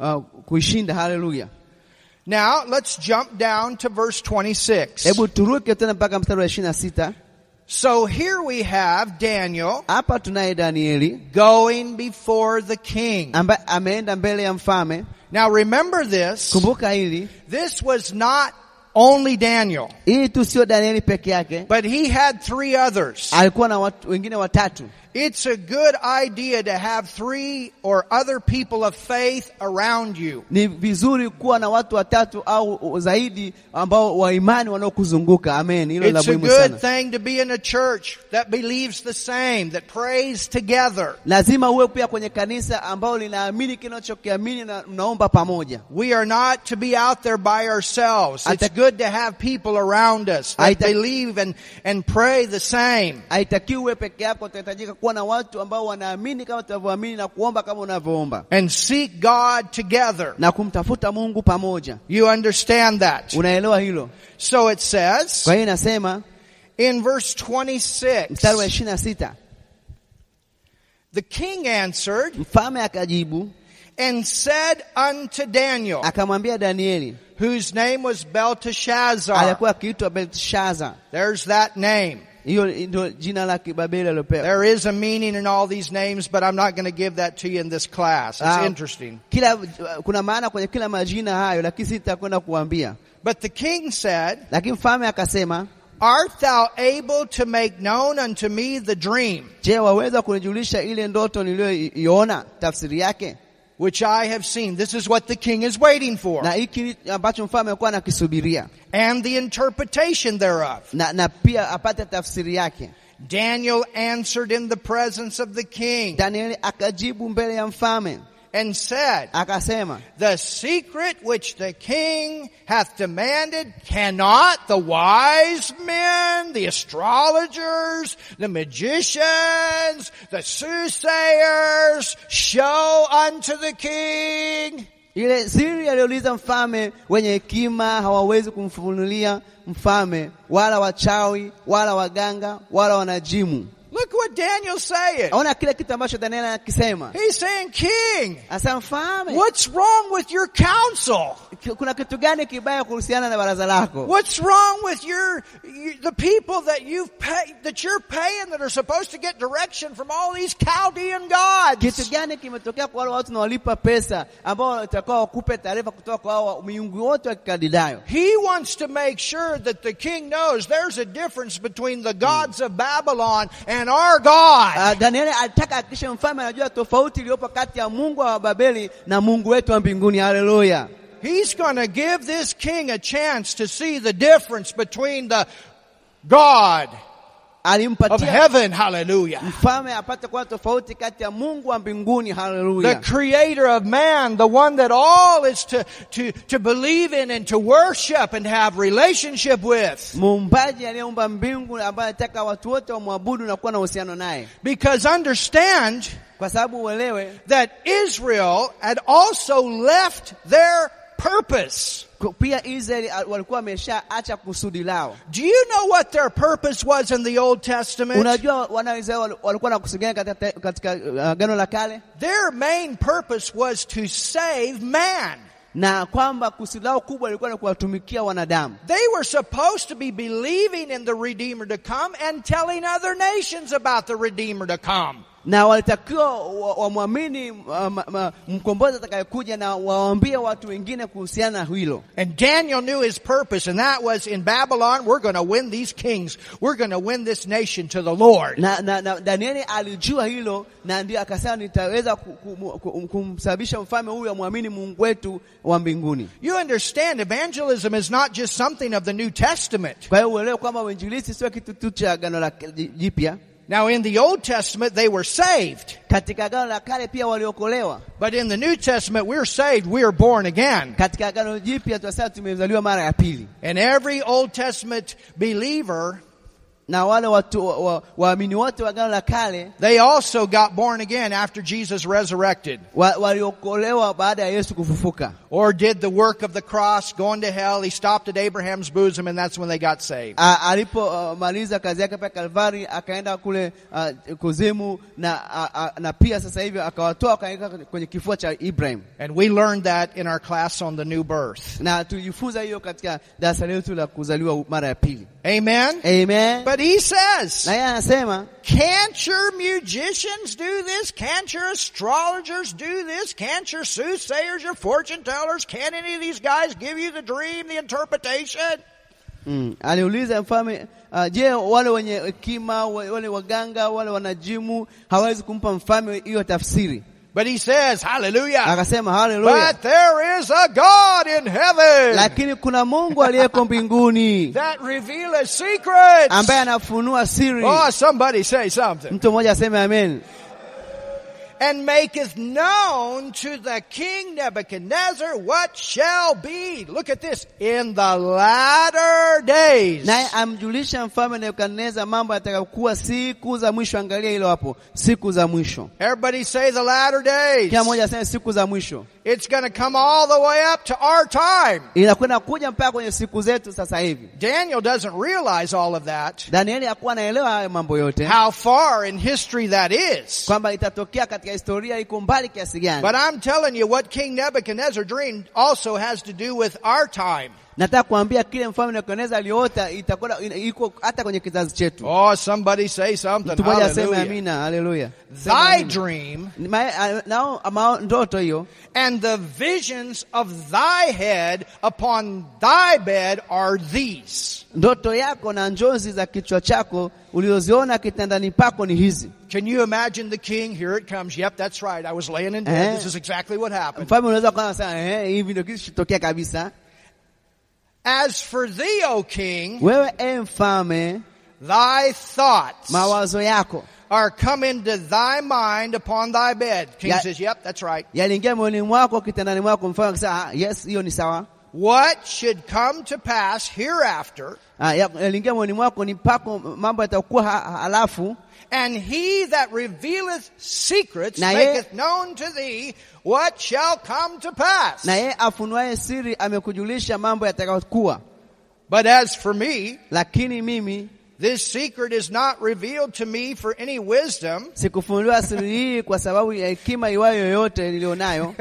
Speaker 2: uh, uh, kuishinda. Haleluya!
Speaker 1: now let's jump down to verse 26.
Speaker 2: Hebu turuke tena mpaka mstari wa ishirini na sita.
Speaker 1: So here we have Daniel
Speaker 2: Hapa tunaye Danieli
Speaker 1: going before the king.
Speaker 2: ambaye ameenda mbele ya mfalme.
Speaker 1: Now remember this.
Speaker 2: Kumbuka hili
Speaker 1: This was not only Daniel,
Speaker 2: hii tu sio Danieli peke yake,
Speaker 1: but he had three others.
Speaker 2: alikuwa na watu wengine watatu.
Speaker 1: It's a good idea to have three or other people of faith around you.
Speaker 2: Ni vizuri kuwa na watu watatu au zaidi ambao wa imani wanaokuzunguka. Amen, hilo ni la
Speaker 1: It's a
Speaker 2: muhimu
Speaker 1: good
Speaker 2: sana.
Speaker 1: thing to be in a church that believes the same, that prays together.
Speaker 2: Lazima uwe pia kwenye kanisa ambao linaamini kile unachokiamini na mnaomba pamoja.
Speaker 1: We are not to be out there by ourselves. It's
Speaker 2: Haita-
Speaker 1: good to have people around us that
Speaker 2: Haita-
Speaker 1: believe and, and pray the same.
Speaker 2: Haitakiwi uwe peke yako, utahitajika kuwa na watu ambao wanaamini kama tunavyoamini na kuomba kama unavyoomba
Speaker 1: and seek God together.
Speaker 2: na kumtafuta Mungu pamoja.
Speaker 1: You understand that.
Speaker 2: Unaelewa hilo?
Speaker 1: So it says
Speaker 2: Kwa hiyo inasema
Speaker 1: in verse 26,
Speaker 2: mstari wa ishirini na sita
Speaker 1: the king answered
Speaker 2: mfalme akajibu
Speaker 1: and said unto Daniel,
Speaker 2: akamwambia Danieli
Speaker 1: whose name was Belteshazzar.
Speaker 2: alikuwa akiitwa Belshaza,
Speaker 1: There's that name.
Speaker 2: hiyo ndio jina la Kibabeli alilopewa.
Speaker 1: There is a meaning in all these names, but I'm not going to give that to you in this class. It's
Speaker 2: Ah.
Speaker 1: interesting.
Speaker 2: Kila kuna maana kwenye kila majina hayo, lakini sitakwenda kuambia.
Speaker 1: But the king said,
Speaker 2: Lakini mfalme akasema,
Speaker 1: Art thou able to make known unto me the dream
Speaker 2: je, waweza kunijulisha ile ndoto niliyoiona tafsiri yake?
Speaker 1: which I have seen? This is what the king is waiting for.
Speaker 2: Na hiki ni ambacho mfalme alikuwa anakisubiria
Speaker 1: and the interpretation thereof.
Speaker 2: na, na pia apate tafsiri yake.
Speaker 1: Daniel answered in the presence of the king
Speaker 2: Danieli akajibu mbele ya mfalme
Speaker 1: and said,
Speaker 2: akasema
Speaker 1: The secret which the king hath demanded cannot the wise men, the astrologers, the magicians, the soothsayers show unto the king.
Speaker 2: ile siri aliyouliza mfalme wenye hekima hawawezi kumfunulia mfalme, wala wachawi wala waganga wala wanajimu.
Speaker 1: Look what Daniel's saying.
Speaker 2: Aona kile kitu ambacho Daniel akisema,
Speaker 1: He's saying, King,
Speaker 2: asa mfalme,
Speaker 1: what's wrong with your counsel?
Speaker 2: ki- kuna kitu gani kibaya kuhusiana na baraza lako?
Speaker 1: What's wrong with your, you, the people that you've pay, that you're paying that are supposed to get direction from all these Chaldean gods?
Speaker 2: Kitu gani kimetokea kwa wale watu nawalipa pesa ambao watakao wakupe taarifa kutoka kwa hao miungu wote wa Kikadidayo?
Speaker 1: He wants to make sure that the king knows there's a difference between the gods of Babylon and our God.
Speaker 2: Uh, Danieli alitaka akikishe mfalme anajua tofauti iliyopo kati ya Mungu wa Babeli na Mungu wetu wa mbinguni. Haleluya!
Speaker 1: He's going to give this king a chance to see the difference between the God of
Speaker 2: Alimpatia
Speaker 1: heaven, hallelujah,
Speaker 2: mfalme apate kuwa tofauti kati ya Mungu wa mbinguni.
Speaker 1: the
Speaker 2: Haleluya!
Speaker 1: creator of man, the one that all is to, to, to believe in and to worship and have relationship with.
Speaker 2: Muumbaji aliyeumba mbingu, ambaye anataka watu wote wamwabudu na kuwa na uhusiano naye,
Speaker 1: Because understand
Speaker 2: kwa sababu uelewe
Speaker 1: that Israel had also left their purpose.
Speaker 2: ku- pia Israeli ah, walikuwa wameshaacha kusudi lao.
Speaker 1: Do you know what their purpose was in the Old Testament?
Speaker 2: Unajua wanaisraeli wal- walikuwa na kusudi gani katika, te- katika uh, agano la kale,
Speaker 1: Their main purpose was to save man.
Speaker 2: na kwamba kusudi lao kubwa lilikuwa ni kuwatumikia wanadamu.
Speaker 1: They were supposed to be believing in the Redeemer to come and telling other nations about the Redeemer to come.
Speaker 2: na walitakiwa wa- wamwamini wa- ma- ma- mkombozi atakayekuja na waambie watu wengine kuhusiana na hilo.
Speaker 1: And Daniel knew his purpose, and that was in Babylon, we're going to win these kings. We're going to win this nation to the Lord.
Speaker 2: Na, na, na Danieli alijua hilo na ndio akasema nitaweza ku- ku- ku- kumsababisha mfalme huyu amwamini Mungu wetu wa mbinguni.
Speaker 1: You understand, evangelism is not just something of the New Testament.
Speaker 2: Kwa hiyo uelewe kwamba uinjilisti sio kitu tu cha agano la K- jipya.
Speaker 1: Now, in the Old Testament, they were saved.
Speaker 2: Katika agano la kale pia waliokolewa,
Speaker 1: But in the New Testament, we're saved, we're born again.
Speaker 2: katika agano jipya tunasema tumezaliwa mara ya pili,
Speaker 1: And every Old Testament believer,
Speaker 2: na wale watu wa- wa- waamini wote wa agano la kale
Speaker 1: they also got born again after Jesus resurrected
Speaker 2: wa- waliokolewa baada ya Yesu kufufuka.
Speaker 1: or did the work of the cross, going to hell. He stopped at Abraham's bosom, and that's when they got saved.
Speaker 2: A- alipomaliza uh, kazi yake pale Kalvari akaenda kule uh, kuzimu na, uh, uh, na pia sasa hivi akawatoa akaweka kwenye kifua cha Ibrahim,
Speaker 1: And we learned that in our class on the new birth.
Speaker 2: na tujifunza hiyo katika darasa letu la kuzaliwa mara ya pili.
Speaker 1: Amen.
Speaker 2: Amen.
Speaker 1: But he
Speaker 2: Na
Speaker 1: says,
Speaker 2: yeye anasema
Speaker 1: can't your musicians do this? Can't your astrologers do this? Can't your soothsayers, your fortune tellers, can any of these guys give you the dream, the interpretation?
Speaker 2: mm, aliuliza mfalme uh, je, wale wenye hekima wa- wale waganga wale wanajimu hawawezi kumpa mfalme hiyo tafsiri?
Speaker 1: But he says, hallelujah.
Speaker 2: Akasema haleluya,
Speaker 1: But there is a God in heaven
Speaker 2: lakini kuna Mungu aliyeko mbinguni
Speaker 1: that revealeth secrets.
Speaker 2: ambaye anafunua siri.
Speaker 1: Oh, somebody say something.
Speaker 2: Mtu mmoja aseme amen.
Speaker 1: And maketh known to the king Nebuchadnezzar what shall be. Look at this. In the latter days.
Speaker 2: naye amjulisha mfalme Nebukadneza mambo yatakayokuwa siku za mwisho. Angalia hilo hapo, siku za mwisho.
Speaker 1: Everybody say the latter days.
Speaker 2: Kila mmoja aseme siku za mwisho,
Speaker 1: It's going to come all the way up to our time.
Speaker 2: inakwenda kuja mpaka kwenye siku zetu sasa hivi.
Speaker 1: Daniel doesn't realize all of that.
Speaker 2: Danieli hakuwa anaelewa hayo mambo yote,
Speaker 1: How far in history that is.
Speaker 2: kwamba itatokea katika historia iko mbali kiasi
Speaker 1: But
Speaker 2: gani.
Speaker 1: I'm telling you, what King Nebuchadnezzar dreamed also has to do with our time.
Speaker 2: Nataka kuambia kile mfalme Nebukadneza aliota itakwenda ina- iko hata kwenye kizazi chetu.
Speaker 1: Oh, somebody say something.
Speaker 2: Mtu mmoja aseme
Speaker 1: Hallelujah.
Speaker 2: amina, haleluya. Sema
Speaker 1: Thy
Speaker 2: amina.
Speaker 1: dream
Speaker 2: Ma- a- Nao mao- ndoto hiyo
Speaker 1: and the visions of thy head upon thy bed are these.
Speaker 2: ndoto yako na njozi za kichwa chako ulizoziona kitandani pako ni hizi.
Speaker 1: Can you imagine the king? Here it comes. Yep, that's right. I was laying in bed.
Speaker 2: Eh.
Speaker 1: This is exactly what happened.
Speaker 2: Mfalme unaweza kuwa unasema eh, hivi ndio kitu kitotokea kabisa.
Speaker 1: As for thee, O king,
Speaker 2: Wewe e mfalme,
Speaker 1: thy thoughts
Speaker 2: mawazo yako
Speaker 1: are come into thy mind upon thy bed. King
Speaker 2: Yeah.
Speaker 1: says, Yep, that's right.
Speaker 2: yaliingia moyoni mwako kitandani mwako, mfalme akasema, ah, yes, hiyo ni sawa.
Speaker 1: What should come to pass hereafter,
Speaker 2: Ah, ya- yaliingia moyoni mwako ni pako, mambo yatakuwa ha- ha- halafu
Speaker 1: and he that revealeth secrets
Speaker 2: Na ye-
Speaker 1: maketh known to thee what shall come to pass.
Speaker 2: na yeye afunuaye siri amekujulisha mambo yatakayokuwa.
Speaker 1: But as for me,
Speaker 2: Lakini mimi
Speaker 1: this secret is not revealed to me for any wisdom.
Speaker 2: sikufunuliwa siri hii kwa sababu ya hekima iwayo yoyote niliyo nayo.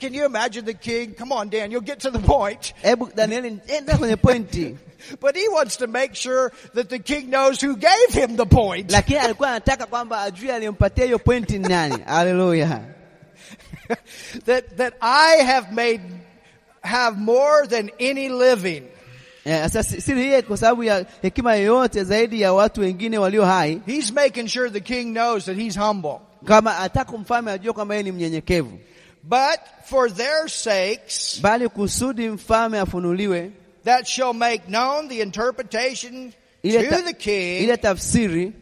Speaker 1: Can you imagine the king? Come on, Dan, you'll get to the point.
Speaker 2: Hebu Danieli, enda kwenye pointi.
Speaker 1: But he wants to make sure that the king knows who gave him the point.
Speaker 2: Lakini alikuwa anataka kwamba ajue aliyempatia hiyo pointi ni nani. Haleluya!
Speaker 1: that that I have made have more than any living.
Speaker 2: Eh, Sasa si- siri hii kwa sababu ya hekima yoyote zaidi ya watu wengine walio hai,
Speaker 1: He's making sure the king knows that he's humble.
Speaker 2: kama ataka mfalme ajue kwamba yeye ni mnyenyekevu,
Speaker 1: But for their sakes
Speaker 2: bali kusudi mfalme afunuliwe
Speaker 1: that shall make known the interpretation
Speaker 2: ile,
Speaker 1: to
Speaker 2: ta-
Speaker 1: the king
Speaker 2: ile tafsiri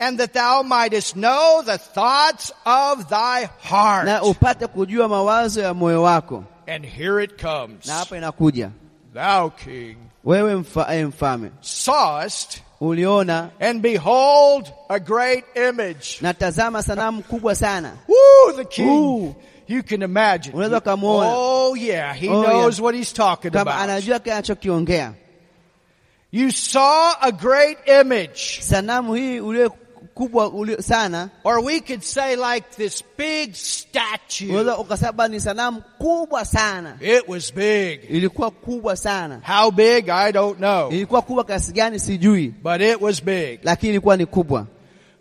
Speaker 1: and that thou mightest know the thoughts of thy
Speaker 2: na
Speaker 1: heart.
Speaker 2: upate kujua mawazo ya moyo wako.
Speaker 1: And here it comes.
Speaker 2: Na hapa inakuja
Speaker 1: Thou king
Speaker 2: wewe mfa, eh, mfalme
Speaker 1: sawest
Speaker 2: uliona
Speaker 1: and behold a great image.
Speaker 2: na tazama sanamu kubwa sana.
Speaker 1: Woo, the king.
Speaker 2: Woo.
Speaker 1: You can imagine.
Speaker 2: Unaweza ukamwona.
Speaker 1: Oh yeah, he
Speaker 2: Oh,
Speaker 1: knows
Speaker 2: yeah.
Speaker 1: what he's talking
Speaker 2: kama
Speaker 1: about.
Speaker 2: anajua kile anachokiongea.
Speaker 1: You saw a great image.
Speaker 2: Sanamu hii ulio kubwa ulio sana,
Speaker 1: Or we could say like this big statue.
Speaker 2: unaweza ukasaba ni sanamu kubwa sana,
Speaker 1: It was big.
Speaker 2: ilikuwa kubwa sana,
Speaker 1: How big, I don't know.
Speaker 2: ilikuwa kubwa kiasi gani sijui,
Speaker 1: But it was big.
Speaker 2: lakini ilikuwa ni kubwa,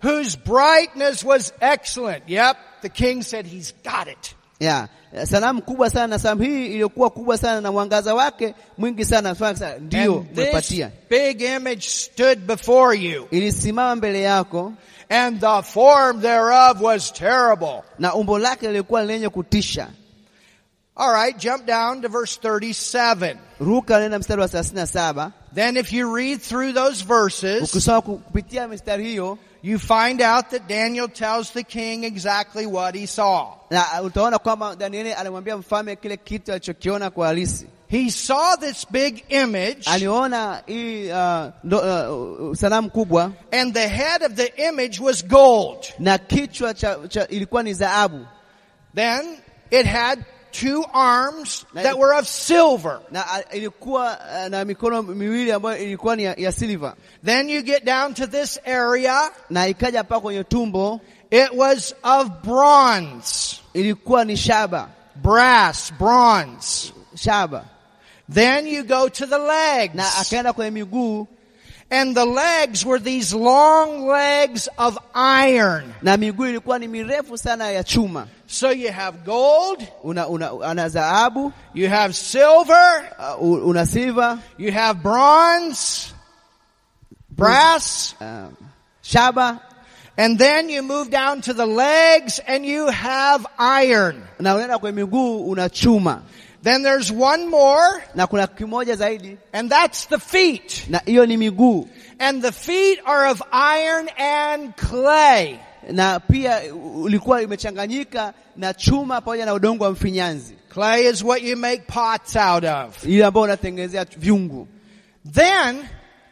Speaker 1: Whose brightness was excellent. Yep. The king said he's got it.
Speaker 2: yeah. Sanamu kubwa sana na sanamu hii iliyokuwa kubwa sana na mwangaza wake mwingi sana, Mfalme akasema, ndio
Speaker 1: And this
Speaker 2: umepatia.
Speaker 1: big image stood before you.
Speaker 2: Ilisimama mbele yako
Speaker 1: And the form thereof was terrible.
Speaker 2: na umbo lake lilikuwa lenye kutisha.
Speaker 1: All right, jump down to verse 37.
Speaker 2: Ruka nenda mstari wa 37
Speaker 1: Then if you read through those verses,
Speaker 2: ukisoma ku- kupitia mistari hiyo
Speaker 1: you find out that Daniel tells the king exactly what he saw.
Speaker 2: na utaona kwamba Danieli alimwambia mfalme kile kitu alichokiona kwa halisi.
Speaker 1: He saw this big image,
Speaker 2: Aliona hii uh, ndo, uh, sanamu kubwa
Speaker 1: and the head of the image was gold.
Speaker 2: na kichwa cha, cha ilikuwa ni dhahabu
Speaker 1: Then it had two arms
Speaker 2: Now-
Speaker 1: that were of silver.
Speaker 2: na uh, ilikuwa uh, na mikono miwili ambayo ilikuwa ni ya, ya silva,
Speaker 1: Then you get down to this area,
Speaker 2: na ikaja paa kwenye tumbo
Speaker 1: it was of bronze,
Speaker 2: ilikuwa ni shaba
Speaker 1: brass, bronze.
Speaker 2: shaba,
Speaker 1: Then you go to the
Speaker 2: na
Speaker 1: legs,
Speaker 2: akaenda kwenye miguu
Speaker 1: and the legs were these long legs of iron.
Speaker 2: na miguu ilikuwa ni mirefu sana ya chuma.
Speaker 1: So you have gold,
Speaker 2: Una, una, ana dhahabu
Speaker 1: you have silver,
Speaker 2: uh, u- una silva
Speaker 1: you have bronze, brass,
Speaker 2: uh, shaba
Speaker 1: and then you move down to the legs and you have iron.
Speaker 2: na unaenda kwenye miguu una chuma
Speaker 1: Then there's one more,
Speaker 2: na kuna kimoja zaidi,
Speaker 1: and that's the feet.
Speaker 2: na hiyo ni miguu,
Speaker 1: And the feet are of iron and clay.
Speaker 2: na pia ulikuwa imechanganyika na chuma pamoja na udongo wa mfinyanzi,
Speaker 1: Clay is what you make pots out of.
Speaker 2: ile ambayo unatengenezea vyungu.
Speaker 1: Then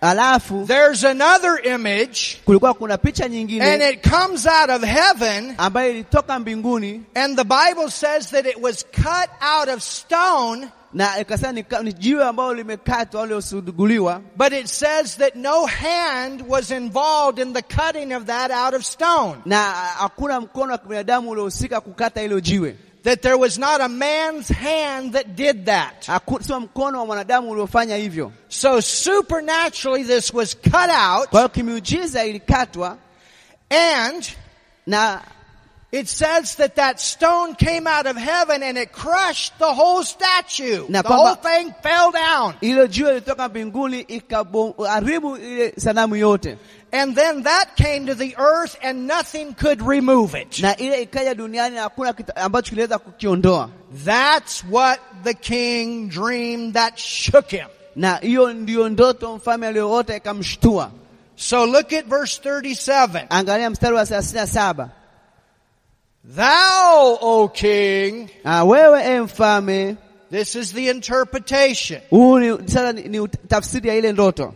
Speaker 2: Alafu
Speaker 1: there's another image,
Speaker 2: kulikuwa kuna picha
Speaker 1: and
Speaker 2: nyingine
Speaker 1: it comes out of heaven,
Speaker 2: ambayo ilitoka mbinguni
Speaker 1: and the Bible says that it was cut out of stone
Speaker 2: na ikasema ni, ka- ni jiwe ambalo limekatwa au liosuguliwa,
Speaker 1: But it says that no hand was involved in the cutting of that out of stone.
Speaker 2: na hakuna mkono wa kibinadamu uliohusika kukata hilo jiwe.
Speaker 1: That there was not a man's hand that did that.
Speaker 2: Haku- Sio mkono wa mwanadamu uliofanya hivyo.
Speaker 1: So supernaturally this was cut out
Speaker 2: Kwa hiyo kimiujiza ilikatwa
Speaker 1: and
Speaker 2: na
Speaker 1: it says that that stone came out of heaven and it crushed the whole statue.
Speaker 2: Na
Speaker 1: the whole
Speaker 2: kwamba-
Speaker 1: thing fell down.
Speaker 2: Hilo jiwe lilitoka mbinguni ikaharibu ile sanamu yote,
Speaker 1: And then that came to the earth and nothing could remove it.
Speaker 2: na ile ikaja duniani na hakuna kitu ambacho kiliweza kukiondoa,
Speaker 1: That's what the king dreamed that shook him.
Speaker 2: na hiyo ndiyo ndoto mfalme aliyoota ikamshtua.
Speaker 1: So look at verse 37.
Speaker 2: Angalia mstari wa thelathini na saba.
Speaker 1: Thou, O king,
Speaker 2: Ah, wewe e mfalme,
Speaker 1: this is the interpretation,
Speaker 2: huu ni, sasa ni, ni ut- tafsiri ya ile ndoto.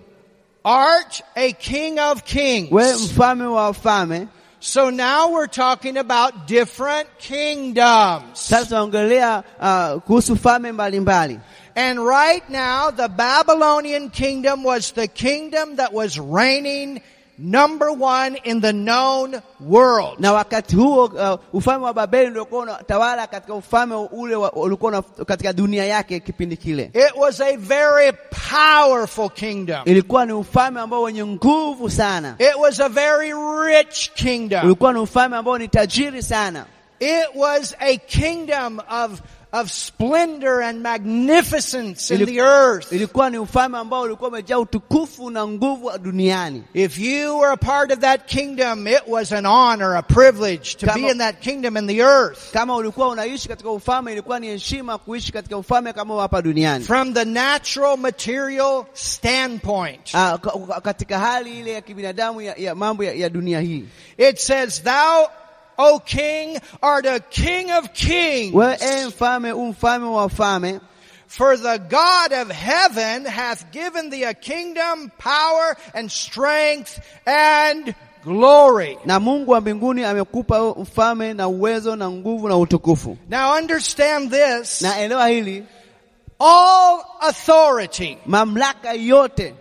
Speaker 1: art a king of kings.
Speaker 2: Wewe mfalme wa wafalme.
Speaker 1: So now we're talking about different kingdoms.
Speaker 2: Sasa tunaongelea ah, kuhusu falme mbalimbali.
Speaker 1: And right now, the Babylonian kingdom was the kingdom that was reigning number one in the known world.
Speaker 2: Na wakati huo uh, ufalme wa Babeli ndio ulikuwa unatawala katika ufalme ule wa- ulikuwa una- katika dunia yake kipindi kile.
Speaker 1: It was a very powerful kingdom.
Speaker 2: Ilikuwa ni ufalme ambao wenye nguvu sana.
Speaker 1: It was a very rich kingdom.
Speaker 2: Ulikuwa ni ufalme ambao ni tajiri sana.
Speaker 1: It was a kingdom of, of splendor and magnificence in
Speaker 2: Ili-
Speaker 1: the earth.
Speaker 2: Ilikuwa ni ufalme ambao ulikuwa umejaa utukufu na nguvu duniani.
Speaker 1: If you were a part of that kingdom, it was an honor, a privilege to be
Speaker 2: Come on.
Speaker 1: in that kingdom in the earth.
Speaker 2: Kama ulikuwa unaishi katika ufalme, ilikuwa ni heshima kuishi katika ufalme kama wa hapa duniani.
Speaker 1: From the natural material standpoint.
Speaker 2: Ah, ka- ka- katika hali ile ya kibinadamu ya, ya mambo ya, ya dunia hii.
Speaker 1: It says, Thou, O king, art a king of kings.
Speaker 2: Wewe e mfalme, u mfalme wa wafalme,
Speaker 1: For the God of heaven hath given thee a kingdom, power, and strength, and glory.
Speaker 2: na Mungu wa mbinguni amekupa wewe ufalme na uwezo na nguvu na utukufu.
Speaker 1: Now understand this.
Speaker 2: Na elewa hili,
Speaker 1: All authority,
Speaker 2: mamlaka yote,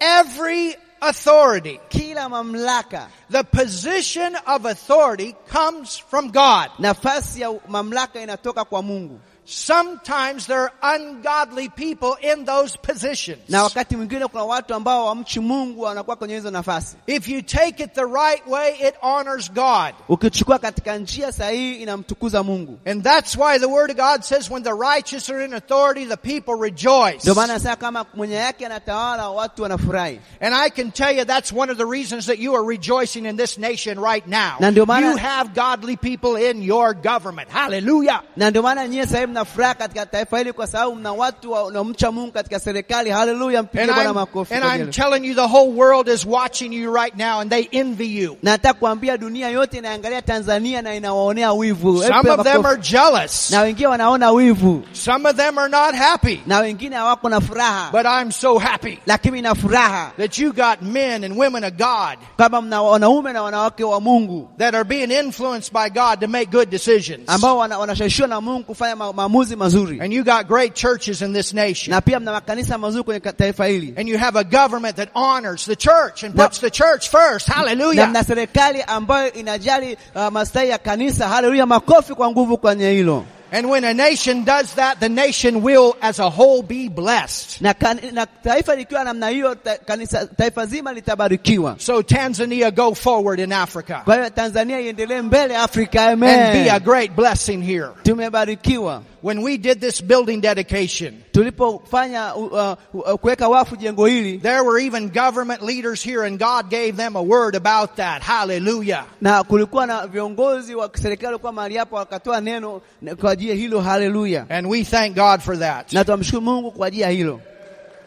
Speaker 1: every authority,
Speaker 2: kila mamlaka,
Speaker 1: the position of authority comes from God.
Speaker 2: nafasi ya mamlaka inatoka kwa Mungu,
Speaker 1: Sometimes there are ungodly people in those positions.
Speaker 2: na wakati mwingine kuna watu ambao wamchi Mungu wanakuwa kwenye hizo nafasi.
Speaker 1: If you take it the right way, it honors God.
Speaker 2: Ukichukua katika njia sahihi, inamtukuza Mungu.
Speaker 1: And that's why the Word of God says when the righteous are in authority, the people rejoice.
Speaker 2: Ndio maana sasa kama mwenye yake anatawala, watu wanafurahi.
Speaker 1: And I can tell you that's one of the reasons that you are rejoicing in this nation right now.
Speaker 2: Na ndio maana-
Speaker 1: You have godly people in your government. Hallelujah.
Speaker 2: na ndio maana nyie sasa hivi mnafuraha katika taifa hili kwa sababu mna watu wanaomcha Mungu katika serikali. Haleluya, mpigie
Speaker 1: And
Speaker 2: Bwana
Speaker 1: I'm,
Speaker 2: makofi.
Speaker 1: and
Speaker 2: kwa
Speaker 1: I'm
Speaker 2: hilo.
Speaker 1: telling you the whole world is watching you right now and they envy you.
Speaker 2: Na nataka kuambia dunia yote inaangalia Tanzania na inawaonea wivu. Hebu
Speaker 1: Some
Speaker 2: piga
Speaker 1: of them are
Speaker 2: makofi.
Speaker 1: jealous.
Speaker 2: Na wengine wanaona wivu,
Speaker 1: Some of them are not happy.
Speaker 2: na wengine hawako na furaha,
Speaker 1: But I'm so happy
Speaker 2: lakini na furaha
Speaker 1: that you got men and women of God
Speaker 2: kama mna wanaume na wanawake wa Mungu
Speaker 1: that are being influenced by God to make good decisions.
Speaker 2: ambao wana- wanashawishiwa na Mungu kufanya ma- maamuzi mazuri,
Speaker 1: And you got great churches in this nation.
Speaker 2: na pia mna makanisa mazuri kwenye ka- taifa hili,
Speaker 1: And you have a government that honors the church and
Speaker 2: Na-
Speaker 1: puts the church first.
Speaker 2: na
Speaker 1: Hallelujah.
Speaker 2: mna serikali ambayo inajali uh, maslahi ya kanisa. Haleluya, makofi kwa nguvu kwenye hilo.
Speaker 1: And when a nation does that, the nation will as a whole be blessed.
Speaker 2: na, kan, na taifa likiwa namna hiyo ta, kanisa, taifa zima litabarikiwa.
Speaker 1: So Tanzania, go forward in Africa
Speaker 2: Kwa hiyo Tanzania iendelee mbele, Afrika
Speaker 1: and be a
Speaker 2: amen.
Speaker 1: great blessing here.
Speaker 2: Tumebarikiwa
Speaker 1: When we did this building dedication,
Speaker 2: tulipofanya uh, uh, kuweka wafu jengo hili,
Speaker 1: there were even government leaders here and God gave them a word about that. Hallelujah.
Speaker 2: na kulikuwa na viongozi wa serikali walikuwa mahali hapo, wakatoa neno na- kwa ajili ya hilo. Haleluya,
Speaker 1: And we thank God for that.
Speaker 2: na tunamshukuru Mungu kwa ajili ya hilo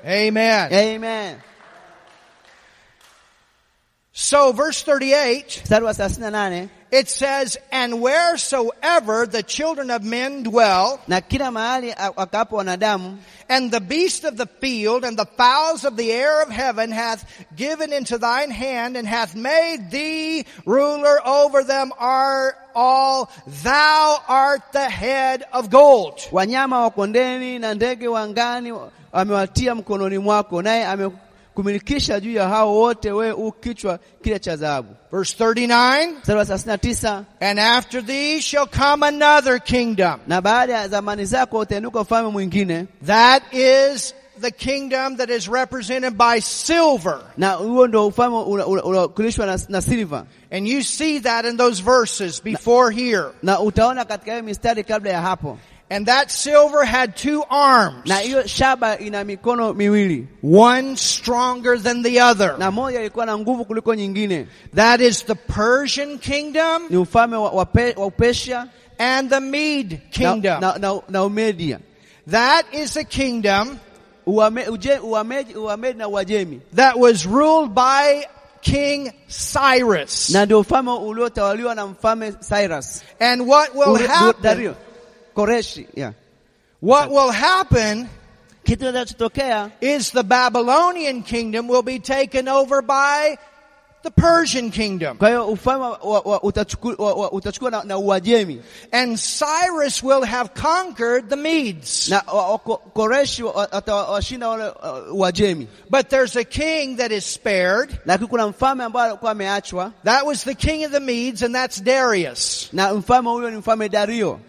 Speaker 1: Amen.
Speaker 2: amen.
Speaker 1: So verse 38,
Speaker 2: Mstari wa 38
Speaker 1: it says, And wheresoever the children of men dwell,
Speaker 2: na kila mahali a- wakaapo wanadamu
Speaker 1: and the beast of the field and the fowls of the air of heaven hath given into thine hand and hath made thee ruler over them are all. Thou art the head of gold.
Speaker 2: wanyama wa kondeni na ndege wa angani amewatia mkononi mwako, naye amekumilikisha juu ya hao wote, wewe u kichwa kile cha dhahabu.
Speaker 1: Verse 39,
Speaker 2: Mstari wa 39,
Speaker 1: And after thee shall come another kingdom.
Speaker 2: na baada ya zamani zako utainuka ufalme mwingine,
Speaker 1: That is the kingdom that is represented by silver.
Speaker 2: na huo ndo ufalme una- una- unawakilishwa na, na silva,
Speaker 1: And you see that in those verses before here.
Speaker 2: na utaona katika hiyo mistari kabla ya hapo.
Speaker 1: And that silver had two arms.
Speaker 2: Na hiyo shaba ina mikono miwili,
Speaker 1: One stronger than the other.
Speaker 2: na moja ilikuwa na nguvu kuliko nyingine.
Speaker 1: That is the Persian kingdom
Speaker 2: Ni ufalme wa, wa, pe, wa Upersia
Speaker 1: and the Mede
Speaker 2: na,
Speaker 1: kingdom.
Speaker 2: na, na, na Umedia,
Speaker 1: That is a kingdom
Speaker 2: Uame, uje, Uameji, Uamedi na Uajemi.
Speaker 1: that was ruled by King Cyrus.
Speaker 2: na ndio ufalme uliotawaliwa na mfalme Cyrus
Speaker 1: And what will
Speaker 2: Uri- Du-
Speaker 1: happen?
Speaker 2: Dario Koreshi. Yeah.
Speaker 1: What will happen
Speaker 2: Kitu kinachotokea
Speaker 1: is the Babylonian kingdom will be taken over by the Persian kingdom.
Speaker 2: kwa hiyo ufalme wa, wa, utachuku- wa, wa, utachukuliwa na, na Uajemi
Speaker 1: And Cyrus will have conquered the Medes.
Speaker 2: na wa, wa, Ko- Koreshi wa- wa- atawashinda wale uh, Uajemi,
Speaker 1: But there's a king that is spared.
Speaker 2: lakini kuna mfalme ambaye alikuwa ameachwa
Speaker 1: That was the king of the Medes, and that's Darius.
Speaker 2: na mfalme huyo ni mfalme Dario,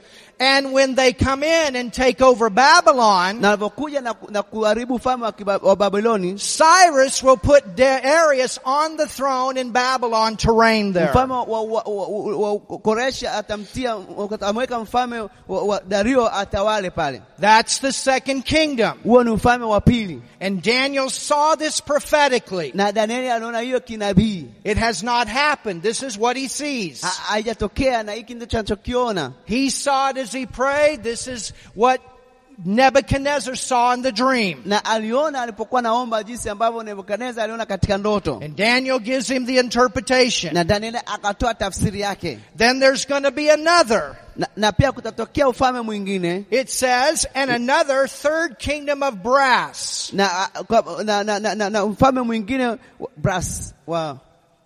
Speaker 1: And when they come in and take over Babylon,
Speaker 2: na alipokuja na, ku- na kuharibu ufalme wa, kiba- wa Babiloni,
Speaker 1: Cyrus will put Darius on the throne in Babylon to reign there.
Speaker 2: mfalme wa, wa, wa, wa, wa Koreshi atamtia ameweka mfalme wa, wa Dario atawale pale.
Speaker 1: That's the second kingdom.
Speaker 2: Huo ni ufalme wa pili,
Speaker 1: And Daniel saw this prophetically.
Speaker 2: na Danieli aliona hiyo kinabii
Speaker 1: It has not happened. This is what he sees.
Speaker 2: Ha- haijatokea, na hiki ndicho anachokiona.
Speaker 1: He saw it as he prayed. This is what Nebuchadnezzar saw in the dream.
Speaker 2: na aliona alipokuwa naomba jinsi ambavyo Nebukadnezar aliona katika ndoto,
Speaker 1: And Daniel gives him the interpretation.
Speaker 2: na Danieli akatoa tafsiri yake.
Speaker 1: Then there's going to be another.
Speaker 2: Na, na pia kutatokea ufalme mwingine
Speaker 1: It says, and another third kingdom of brass,
Speaker 2: na, a- kwa- na, na, na, na, na mfalme mwingine wa- brass wa,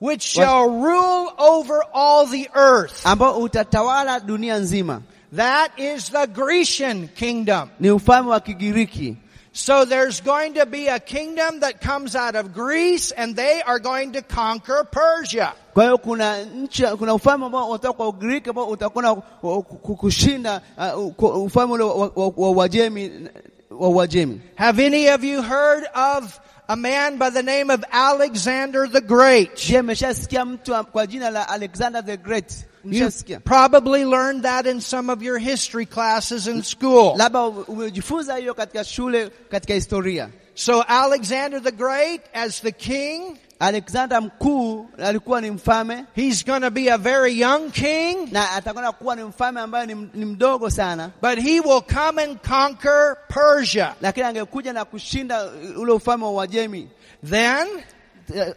Speaker 1: which shall rule over all the earth.
Speaker 2: ambao utatawala dunia nzima.
Speaker 1: That is the Grecian kingdom.
Speaker 2: Ni ufalme wa Kigiriki.
Speaker 1: So there's going to be a kingdom that comes out of Greece and they are going to conquer Persia.
Speaker 2: Kwa hiyo kuna nchi, kuna ufalme ambao utatoka kwa Ugiriki ambao utakwenda ku- ku- kushinda uh, ku- ufalme ule wa- wa wa Uajemi wa Uajemi.
Speaker 1: Have any of you heard of a man by the name of Alexander the Great?
Speaker 2: Je, mmeshasikia mtu am- kwa jina la Alexander the Great?
Speaker 1: You
Speaker 2: Mmeshasikia?
Speaker 1: probably learned that in some of your history classes in school.
Speaker 2: Labda ume- umejifunza hiyo katika shule, katika historia.
Speaker 1: So Alexander the Great as the king,
Speaker 2: Alexander mkuu alikuwa ni mfalme
Speaker 1: he's going to be a very young king,
Speaker 2: na atakwenda kuwa ni mfalme ambaye ni, ni mdogo sana,
Speaker 1: but he will come and conquer Persia.
Speaker 2: lakini angekuja na kushinda ule ufalme wa Uajemi. Eh,
Speaker 1: Then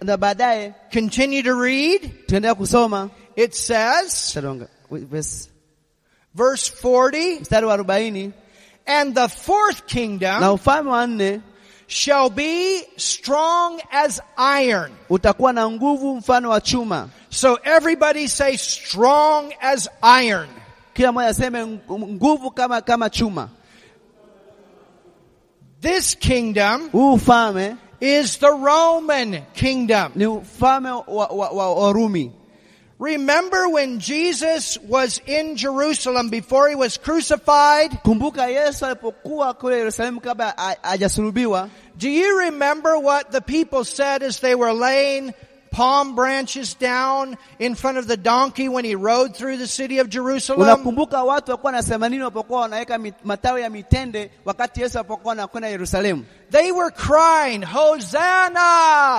Speaker 2: Na baadaye
Speaker 1: continue to read.
Speaker 2: tuendelea kusoma
Speaker 1: It says
Speaker 2: Sarunga, verse-
Speaker 1: verse 40
Speaker 2: mstari wa 40
Speaker 1: and the fourth
Speaker 2: na
Speaker 1: kingdom
Speaker 2: ufalme wa nne
Speaker 1: shall be strong as iron
Speaker 2: utakuwa na nguvu mfano wa chuma.
Speaker 1: so everybody say strong as iron
Speaker 2: Kila mmoja aseme ng- nguvu kama kama chuma.
Speaker 1: this kingdom
Speaker 2: Huu ufalme
Speaker 1: is the roman kingdom
Speaker 2: ni ufalme wa, wa, wa, wa Rumi.
Speaker 1: remember when jesus was in jerusalem before he was crucified
Speaker 2: Kumbuka Yesu alipokuwa kule Yerusalemu kabla ha- hajasulubiwa,
Speaker 1: do you remember what the people said as they were laying palm branches down in front of the donkey when he rode through the city of jerusalem
Speaker 2: unakumbuka watu walikuwa wanasema nini walipokuwa wanaweka mit- matawi ya mitende wakati Yesu alipokuwa anakwenda Yerusalemu?
Speaker 1: They were crying, Hosanna!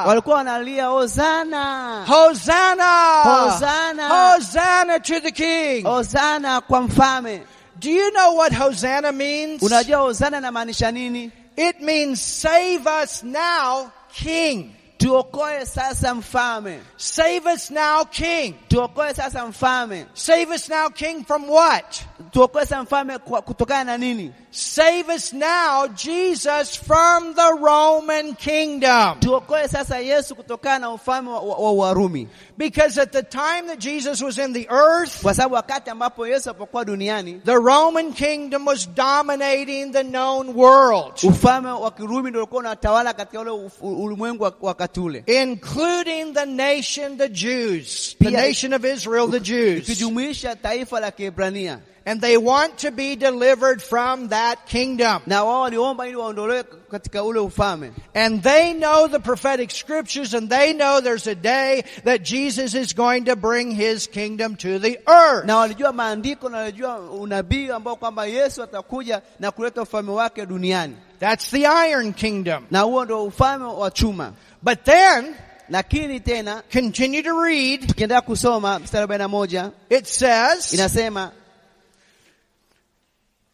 Speaker 2: Walikuwa wanalia Hosana,
Speaker 1: Hosanna!
Speaker 2: Hosanna!
Speaker 1: Hosanna to the King!
Speaker 2: Hosana kwa mfalme.
Speaker 1: Do you know what Hosanna means?
Speaker 2: Unajua Hosana inamaanisha nini?
Speaker 1: It means save us now, King!
Speaker 2: Tuokoe sasa mfalme,
Speaker 1: Save us now, King!
Speaker 2: tuokoe sasa mfalme,
Speaker 1: Save us now, King, from what?
Speaker 2: tuokoe sasa mfalme kwa- kutokana na nini?
Speaker 1: Save us now, Jesus, from the Roman kingdom.
Speaker 2: Tuokoe sasa Yesu kutokana na ufalme wa, wa, wa Warumi,
Speaker 1: Because at the time that Jesus was in the earth,
Speaker 2: kwa sababu wakati ambapo Yesu alipokuwa duniani
Speaker 1: the Roman kingdom was dominating the known world.
Speaker 2: ufalme wa Kirumi ndio ulikuwa unatawala katika ule uf- ulimwengu wa- wakati ule,
Speaker 1: including the nation, the Jews, the
Speaker 2: Pia-
Speaker 1: nation of Israel, the Jews.
Speaker 2: ikijumuisha taifa la Kiebrania,
Speaker 1: And they want to be delivered from that kingdom.
Speaker 2: na wao waliomba ili waondolewe katika ule ufalme,
Speaker 1: And they know the prophetic scriptures and they know there's a day that Jesus is going to bring his kingdom to the earth.
Speaker 2: na walijua maandiko na walijua unabii ambao kwamba Yesu atakuja na kuleta ufalme wake duniani,
Speaker 1: That's the iron kingdom.
Speaker 2: na huo ndio ufalme wa chuma.
Speaker 1: But then,
Speaker 2: Lakini tena
Speaker 1: continue to read,
Speaker 2: tukiendelea kusoma mstari wa 41
Speaker 1: it says,
Speaker 2: inasema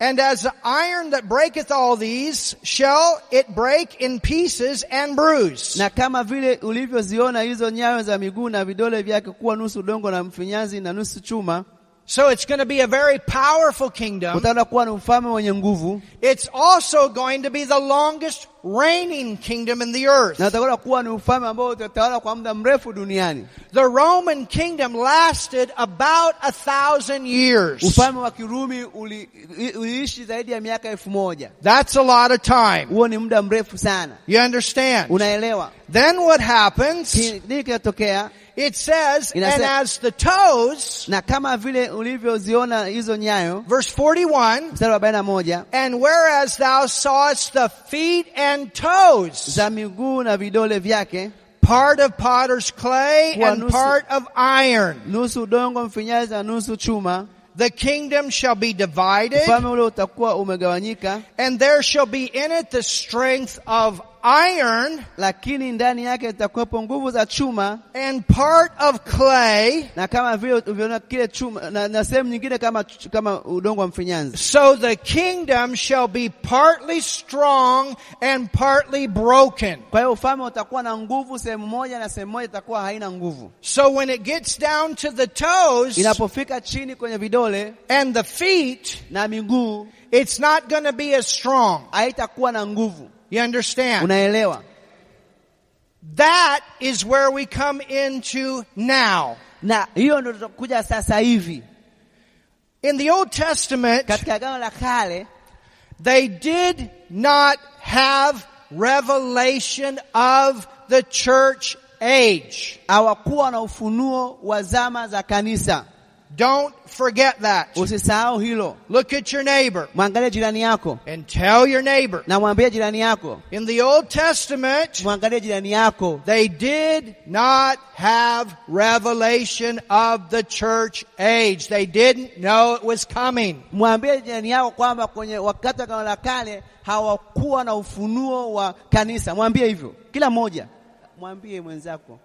Speaker 1: And as the iron that breaketh all these, shall it break in pieces and bruise.
Speaker 2: na kama vile ulivyoziona hizo nyayo za miguu na vidole vyake kuwa nusu dongo na mfinyanzi na nusu chuma,
Speaker 1: So it's going to be a very powerful kingdom.
Speaker 2: utaona kuwa ni mfalme mwenye nguvu,
Speaker 1: It's also going to be the longest reigning kingdom in the earth.
Speaker 2: na utaona kuwa ni ufalme ambao utatawala kwa muda mrefu duniani.
Speaker 1: The Roman kingdom lasted about a thousand years.
Speaker 2: Ufalme wa Kirumi uli, i- uliishi zaidi ya miaka elfu moja.
Speaker 1: That's a lot of time.
Speaker 2: Huo ni muda mrefu sana,
Speaker 1: You understand?
Speaker 2: unaelewa?
Speaker 1: Then what happens?
Speaker 2: Ki- Nini kinatokea?
Speaker 1: It says,
Speaker 2: Inasema-
Speaker 1: and as the toes,
Speaker 2: Na kama vile ulivyoziona hizo nyayo,
Speaker 1: verse 41,
Speaker 2: mstari wa 41
Speaker 1: and whereas thou sawest the feet and toes,
Speaker 2: za miguu na vidole vyake,
Speaker 1: part of potter's clay
Speaker 2: Kuwa
Speaker 1: and
Speaker 2: nusu-
Speaker 1: part of iron,
Speaker 2: nusu udongo mfinyazi na nusu chuma,
Speaker 1: the kingdom shall be divided,
Speaker 2: ufalme ule utakuwa umegawanyika,
Speaker 1: and there shall be in it the strength of iron
Speaker 2: lakini ndani yake zitakuwepo nguvu za chuma,
Speaker 1: and part of clay,
Speaker 2: na kama vile ulivyoona kile chuma na, na sehemu nyingine kama, ch- kama udongo wa mfinyanzi.
Speaker 1: So the kingdom shall be partly strong and partly broken.
Speaker 2: Kwa hiyo ufalme utakuwa na nguvu sehemu moja na sehemu moja itakuwa haina nguvu.
Speaker 1: So when it gets down to the toes
Speaker 2: Inapofika chini kwenye vidole
Speaker 1: and the feet,
Speaker 2: na miguu
Speaker 1: it's not going to be as strong.
Speaker 2: haitakuwa na nguvu,
Speaker 1: You understand?
Speaker 2: unaelewa?
Speaker 1: That is where we come into now.
Speaker 2: Na hiyo ndio tutakuja sasa hivi
Speaker 1: In the Old Testament,
Speaker 2: katika agano la kale
Speaker 1: they did not have revelation of the church age.
Speaker 2: hawakuwa na ufunuo wa zama za kanisa.
Speaker 1: Don't forget that.
Speaker 2: Usisahau hilo.
Speaker 1: Look at your neighbor
Speaker 2: Mwangalie jirani yako
Speaker 1: and tell your neighbor.
Speaker 2: na mwambie jirani yako,
Speaker 1: In the Old Testament,
Speaker 2: mwangalie jirani yako.
Speaker 1: they did not have revelation of the church age. They didn't know it was coming.
Speaker 2: Mwambie jirani yako kwamba kwenye wakati wa agano la kale hawakuwa na ufunuo wa kanisa. Mwambie hivyo kila mmoja, mwambie mwenzako.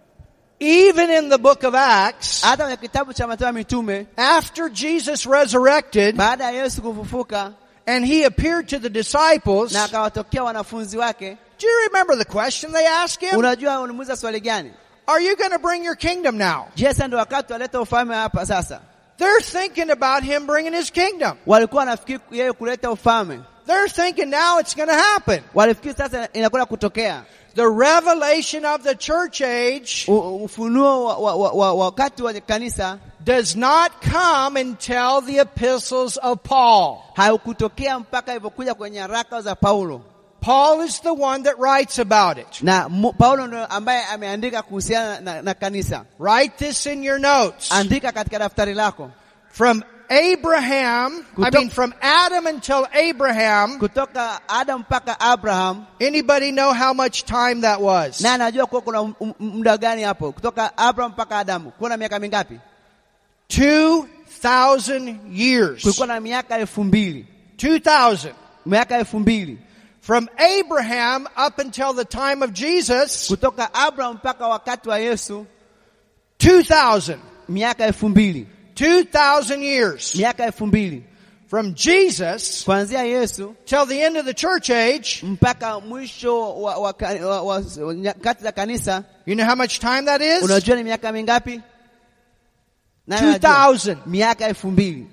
Speaker 1: Even in the book of Acts,
Speaker 2: Hata kwenye kitabu cha Mathayo ya Mitume,
Speaker 1: after Jesus resurrected
Speaker 2: baada ya Yesu kufufuka
Speaker 1: and he appeared to the disciples,
Speaker 2: na akawatokea wanafunzi wake,
Speaker 1: do you remember the question they asked him?
Speaker 2: unajua ulimuuliza swali gani?
Speaker 1: Are you going to bring your kingdom now?
Speaker 2: Je, sasa ndio wakati waleta ufalme hapa sasa?
Speaker 1: They're thinking about him bringing his kingdom.
Speaker 2: Walikuwa wanafikiri yeye kuleta ufalme,
Speaker 1: They're thinking now it's going to happen.
Speaker 2: walifikiri sasa inakwenda kutokea
Speaker 1: The revelation of the church age
Speaker 2: U- u- ufunuo wa, wa, wa, wa, wakati wa kanisa
Speaker 1: does not come until the epistles of Paul.
Speaker 2: haukutokea mpaka ilivyokuja kwenye haraka za Paulo
Speaker 1: Paul is the one that writes about it.
Speaker 2: na mu, Paulo ndio ambaye ameandika kuhusiana na, na kanisa.
Speaker 1: Write this in your notes.
Speaker 2: Andika katika daftari lako,
Speaker 1: From Abraham, I
Speaker 2: Kuto-
Speaker 1: mean from Adam until Abraham,
Speaker 2: kutoka Adam mpaka Abraham,
Speaker 1: anybody know how much time that was?
Speaker 2: na anajua kuwa kuna m- m- muda gani hapo, kutoka Abraham mpaka Adamu kuna miaka mingapi?
Speaker 1: 2,000 years.
Speaker 2: Kulikuwa na miaka elfu mbili
Speaker 1: 2,000.
Speaker 2: miaka elfu mbili
Speaker 1: From Abraham up until the time of Jesus,
Speaker 2: kutoka Abraham mpaka wakati wa Yesu
Speaker 1: 2,000.
Speaker 2: miaka elfu mbili
Speaker 1: 2,000 years.
Speaker 2: miaka elfu mbili
Speaker 1: From Jesus
Speaker 2: kuanzia Yesu
Speaker 1: till the end of the church age,
Speaker 2: mpaka mwisho wa, wa, ka- wa, wa, wa nyakati za kanisa.
Speaker 1: You know how much time that is?
Speaker 2: Unajua ni miaka mingapi? Nani anajua?
Speaker 1: 2000.
Speaker 2: miaka elfu mbili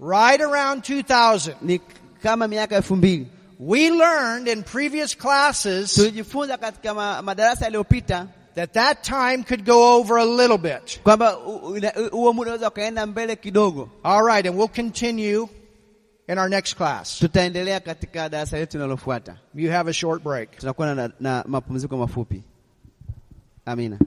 Speaker 1: Right around 2000.
Speaker 2: ni k- kama miaka elfu mbili
Speaker 1: We learned in previous classes
Speaker 2: tulijifunza katika ma, madarasa yaliyopita
Speaker 1: that that time could go over a little bit.
Speaker 2: kwamba u- u- ina- u- huo muda unaweza ukaenda mbele kidogo.
Speaker 1: All right, and we'll continue in our next class.
Speaker 2: Tutaendelea katika darasa letu linalofuata,
Speaker 1: You have a short break.
Speaker 2: tunakuwa na, na mapumziko mafupi. Amina.